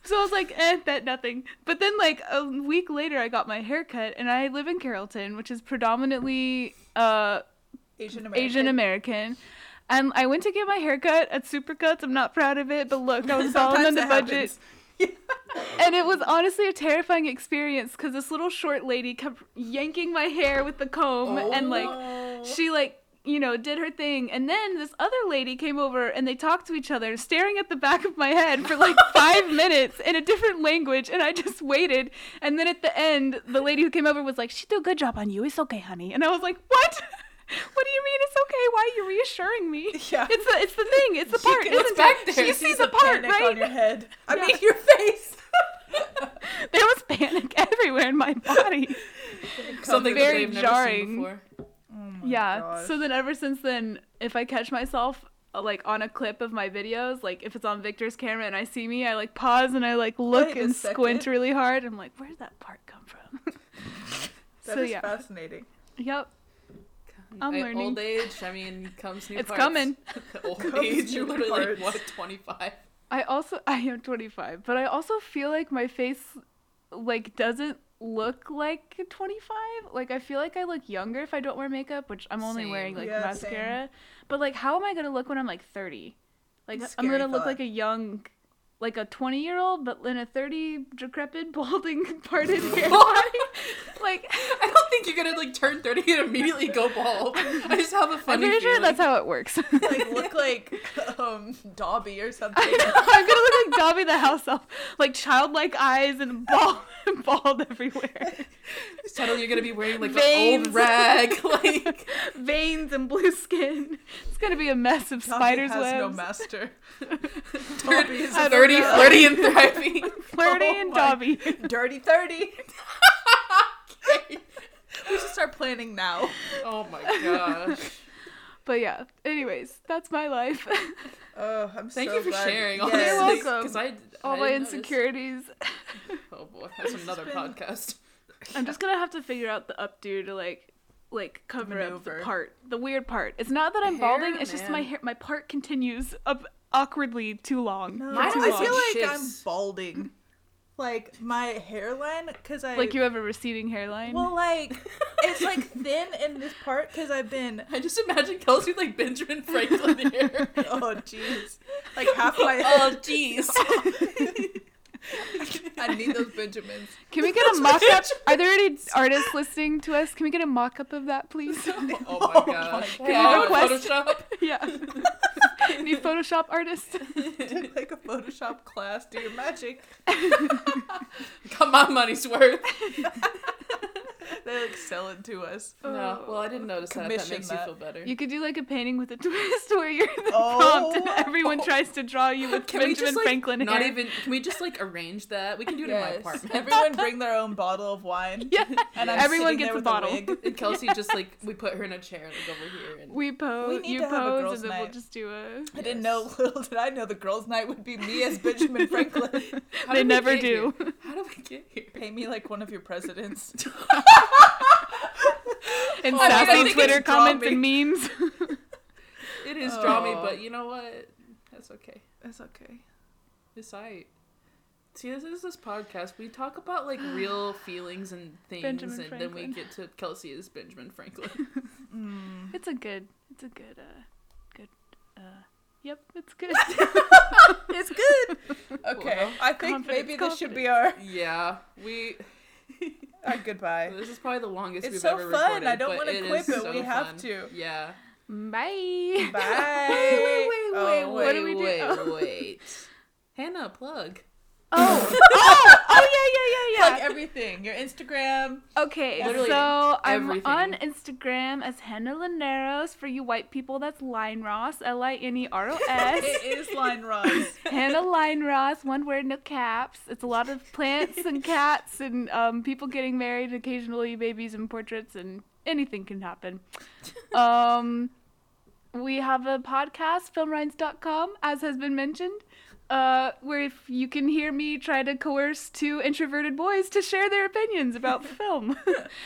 So I was like, eh, that nothing. But then like a week later, I got my haircut, and I live in Carrollton, which is predominantly uh,
Asian American.
Asian American. And I went to get my haircut at Supercuts. I'm not proud of it, but look, I was balling
Sometimes
on the
that
budget. And it was honestly a terrifying experience because this little short lady kept yanking my hair with the comb
Um,
and like
Oh,
she like you know did her thing and then this other lady came over and they talked to each other staring at the back of my head for like five minutes in a different language and i just waited and then at the end the lady who came over was like she did a good job on you it's okay honey and i was like what what do you mean it's okay why are you reassuring me
Yeah.
it's the it's the thing it's the part
can-
isn't
it's back
it?
there.
you
She's
see the
a
part
panic
right
on your head. I
Yeah.
mean, your face.
panic everywhere in my body.
Something that
Very
they've never
jarring.
seen before.
Oh my
yeah.
gosh.
So then ever since then, if I catch myself uh, like on a clip of my videos, like if it's on Victor's camera and I see me, I like pause and I like look
Wait a
and squint
second.
really hard. I'm like, where did that part come from?
That
so
is
yeah.
fascinating.
Yep. I'm
I-
learning.
Old age, I mean, comes new
It's
parts.
coming.
old
Comes
age, you're
new
literally like,
parts.
what, 25?
I also I am 25, but I also feel like my face like doesn't look like 25. Like I feel like I look younger if I don't wear makeup, which I'm only
Same.
wearing like
Yeah, same.
mascara. But like how am I going to look when I'm like 30? Like I'm
Scary
going to look
thought.
like a young like a 20 year old but in a 30 decrepit balding parted hair body. like
I don't think you're gonna like turn 30 and immediately go bald. I just have a
I'm
funny
pretty sure
feeling.
that's how it works. I'm gonna
Like look like um Dobby or something.
look like Dobby the house elf, like childlike eyes and bald, bald everywhere.
Suddenly you're gonna be wearing like an
Veins.
old rag. Like,
veins and blue skin. It's gonna be a mess of
Dobby
spiders
has no
webs,
master.
Dobby is
I don't
30,
know.
flirty, and thriving.
flirty
Oh
and
my-
Dobby.
Dirty thirty. We should start planning now.
Oh my gosh.
But yeah, anyways, that's my life.
Oh, I'm
Thank
so
you for
glad-
sharing.
Yes.
honestly,
You're welcome.
'cause I,
All
I
my
didn't notice.
insecurities.
Oh boy, that's another
been-
podcast.
I'm just gonna have to figure out the updo to like, like cover up the
Maneuver.
part, the weird part. It's not that I'm
Hair,
balding. It's just my
man.
hair. My part continues up awkwardly too long.
No,
for
I
Mine
too
always
long.
feels-
feel like I'm
Shifts.
balding. Like my hairline, because I
like you have a receding hairline.
Well, like it's like thin in this part because I've been
I just imagine Kelsey like Benjamin Franklin here.
oh jeez, like half my
oh jeez.
I need those Benjamins.
Can we get a mock up? Are there any artists listening to us? Can we get a mock up of that, please?
Oh my gosh.
God.
Hey, I have
Request-
Photoshop.
yeah. Any Photoshop artists?
Took like a Photoshop class, do your magic.
Got my money's worth.
They like sell it to us.
No, well, I didn't notice that. That
Commission
makes you
that.
feel better.
Oh, You could do like a painting with a twist where you're the
Oh.
prompt and everyone tries to draw you with
can we
Benjamin
just like
Franklin
not
hair.
even? Can we just like arrange that? We can do it in my
Yes.
apartment.
Everyone bring their own bottle of wine.
yeah.
And I'm sitting
everyone gets
there
a
with a
bottle.
wig.
And Kelsey just like we put her in a chair like over here. And
We pose,
need
you
to have a
pose,
girls'
and then we'll
night.
just do a.
I didn't know.
Yes.
Little did I know the girls' night would be me as Benjamin Franklin.
How
they
did we
never
get
do.
here? How did we get here?
Pay me like one of your presidents.
And
Oh, I mean, I
sassy
think
Twitter
it's
comments and memes.
It is drama,
Oh.
but you know what? That's okay.
That's okay.
It's alright. See, this is this podcast. We talk about like real feelings and things,
Benjamin
and then
Franklin.
we get to Kelsey is Benjamin Franklin.
Mm.
it's a good. It's a good. Uh, good. Uh, yep, it's good.
It's good. Okay,
Well,
I think
confidence,
maybe this should be our,
yeah, we.
our goodbye.
This is probably the longest
It's
we've
so
ever
fun.
recorded.
I don't
but
wanna
it
quit,
is
but
so
we have
fun.
to.
Yeah.
Bye.
Bye.
wait, wait,
Oh,
wait,
What do
wait,
we
wait,
do?
wait. Hannah, plug.
Oh. oh. Oh yeah yeah yeah yeah.
Plug everything. Your Instagram.
Okay,
Literally
so I'm
everything.
on Instagram as Hannah Lineros. For you white people, that's Line Ross, L I N E R O S.
It is Line Ross.
Hannah Line Ross, one word, no caps. It's a lot of plants and cats and um, people getting married, occasionally babies and portraits, and anything can happen. Um, we have a podcast, filmrinds.com, as has been mentioned, uh, where if you can hear me try to coerce two introverted boys to share their opinions about film.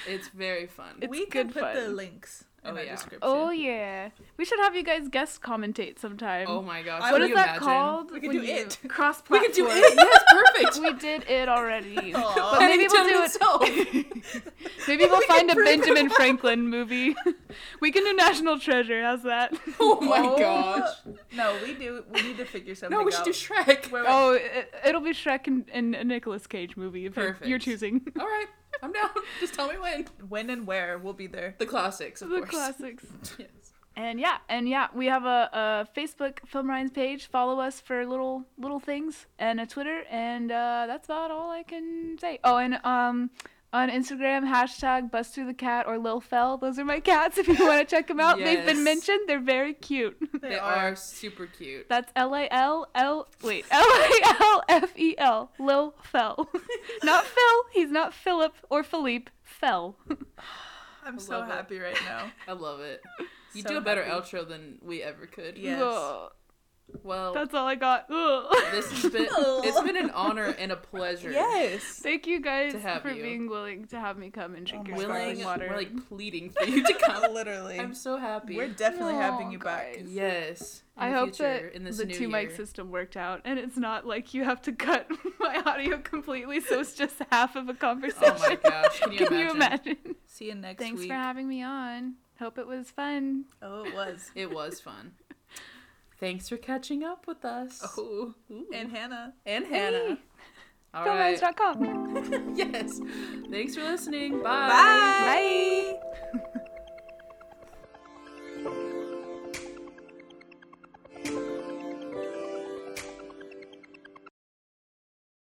It's very fun.
It's
we can
good
put the
fun.
links in
Oh,
our
yeah.
description.
Oh yeah, we should have you guys guest commentate sometime.
oh my gosh.
I
what
can
is
you
that
imagine?
called?
We could
when
do
you
it.
Cross
We
platform.
could do it. Yes, perfect.
We did it already.
Aw.
but maybe we'll
Paddington
do it.
himself.
Maybe we'll
Oh. We can
find a
prove it.
Benjamin Franklin movie. we can do National Treasure. How's that?
Oh my
Oh.
gosh.
No, we do. We need to figure something
No,
out.
we should do Shrek.
Where-
Oh, it, it'll be Shrek and, and a Nicolas Cage movie. If you're- You're
Perfect.
choosing
All right, I'm down. Just tell me when.
when and where. We'll be there.
The classics, of
the
course.
classics.
Yes.
And yeah, and yeah, we have a, a Facebook Film Rhymes page. Follow us for little little things, and a Twitter, and uh, that's about all I can say. Oh, and um, on Instagram, hashtag bust through the cat or Lil Fell. Those are my cats if you want to check them out. They've been
Yes.
mentioned. They're very cute.
They are super cute.
That's L A L L wait, L A L F E L Lil Fell. not Phil, he's not Philip or Philippe, Fell.
I'm
I
so
love it.
happy right now.
I love it. You
So
do a better
happy.
outro than we ever could.
Yes.
Ugh,
Well,
That's all I got. Ugh.
this has been it's been an honor and a pleasure.
Yes.
Thank you guys
To have
for
you.
being willing to have me come and drink
my
your
Willing,
sparkling water.
we're like pleading for you to come.
Literally.
I'm so happy.
We're definitely
Aw,
having you back.
guys.
yes. in
I
the
hope
future,
that
in this
the
new
two mic
year.
system worked out, and it's not like you have to cut my audio completely, so it's just half of a conversation.
Oh my gosh! Can you
Can
imagine?
you imagine?
See you next
Thanks
week.
for having me on. Hope it was fun.
oh, it was.
It was fun. Thanks for catching up with us.
Oh.
Ooh.
And Hannah.
and Hannah. All right.
Filmwise.com.
Yes. Thanks for listening.
Bye.
Bye.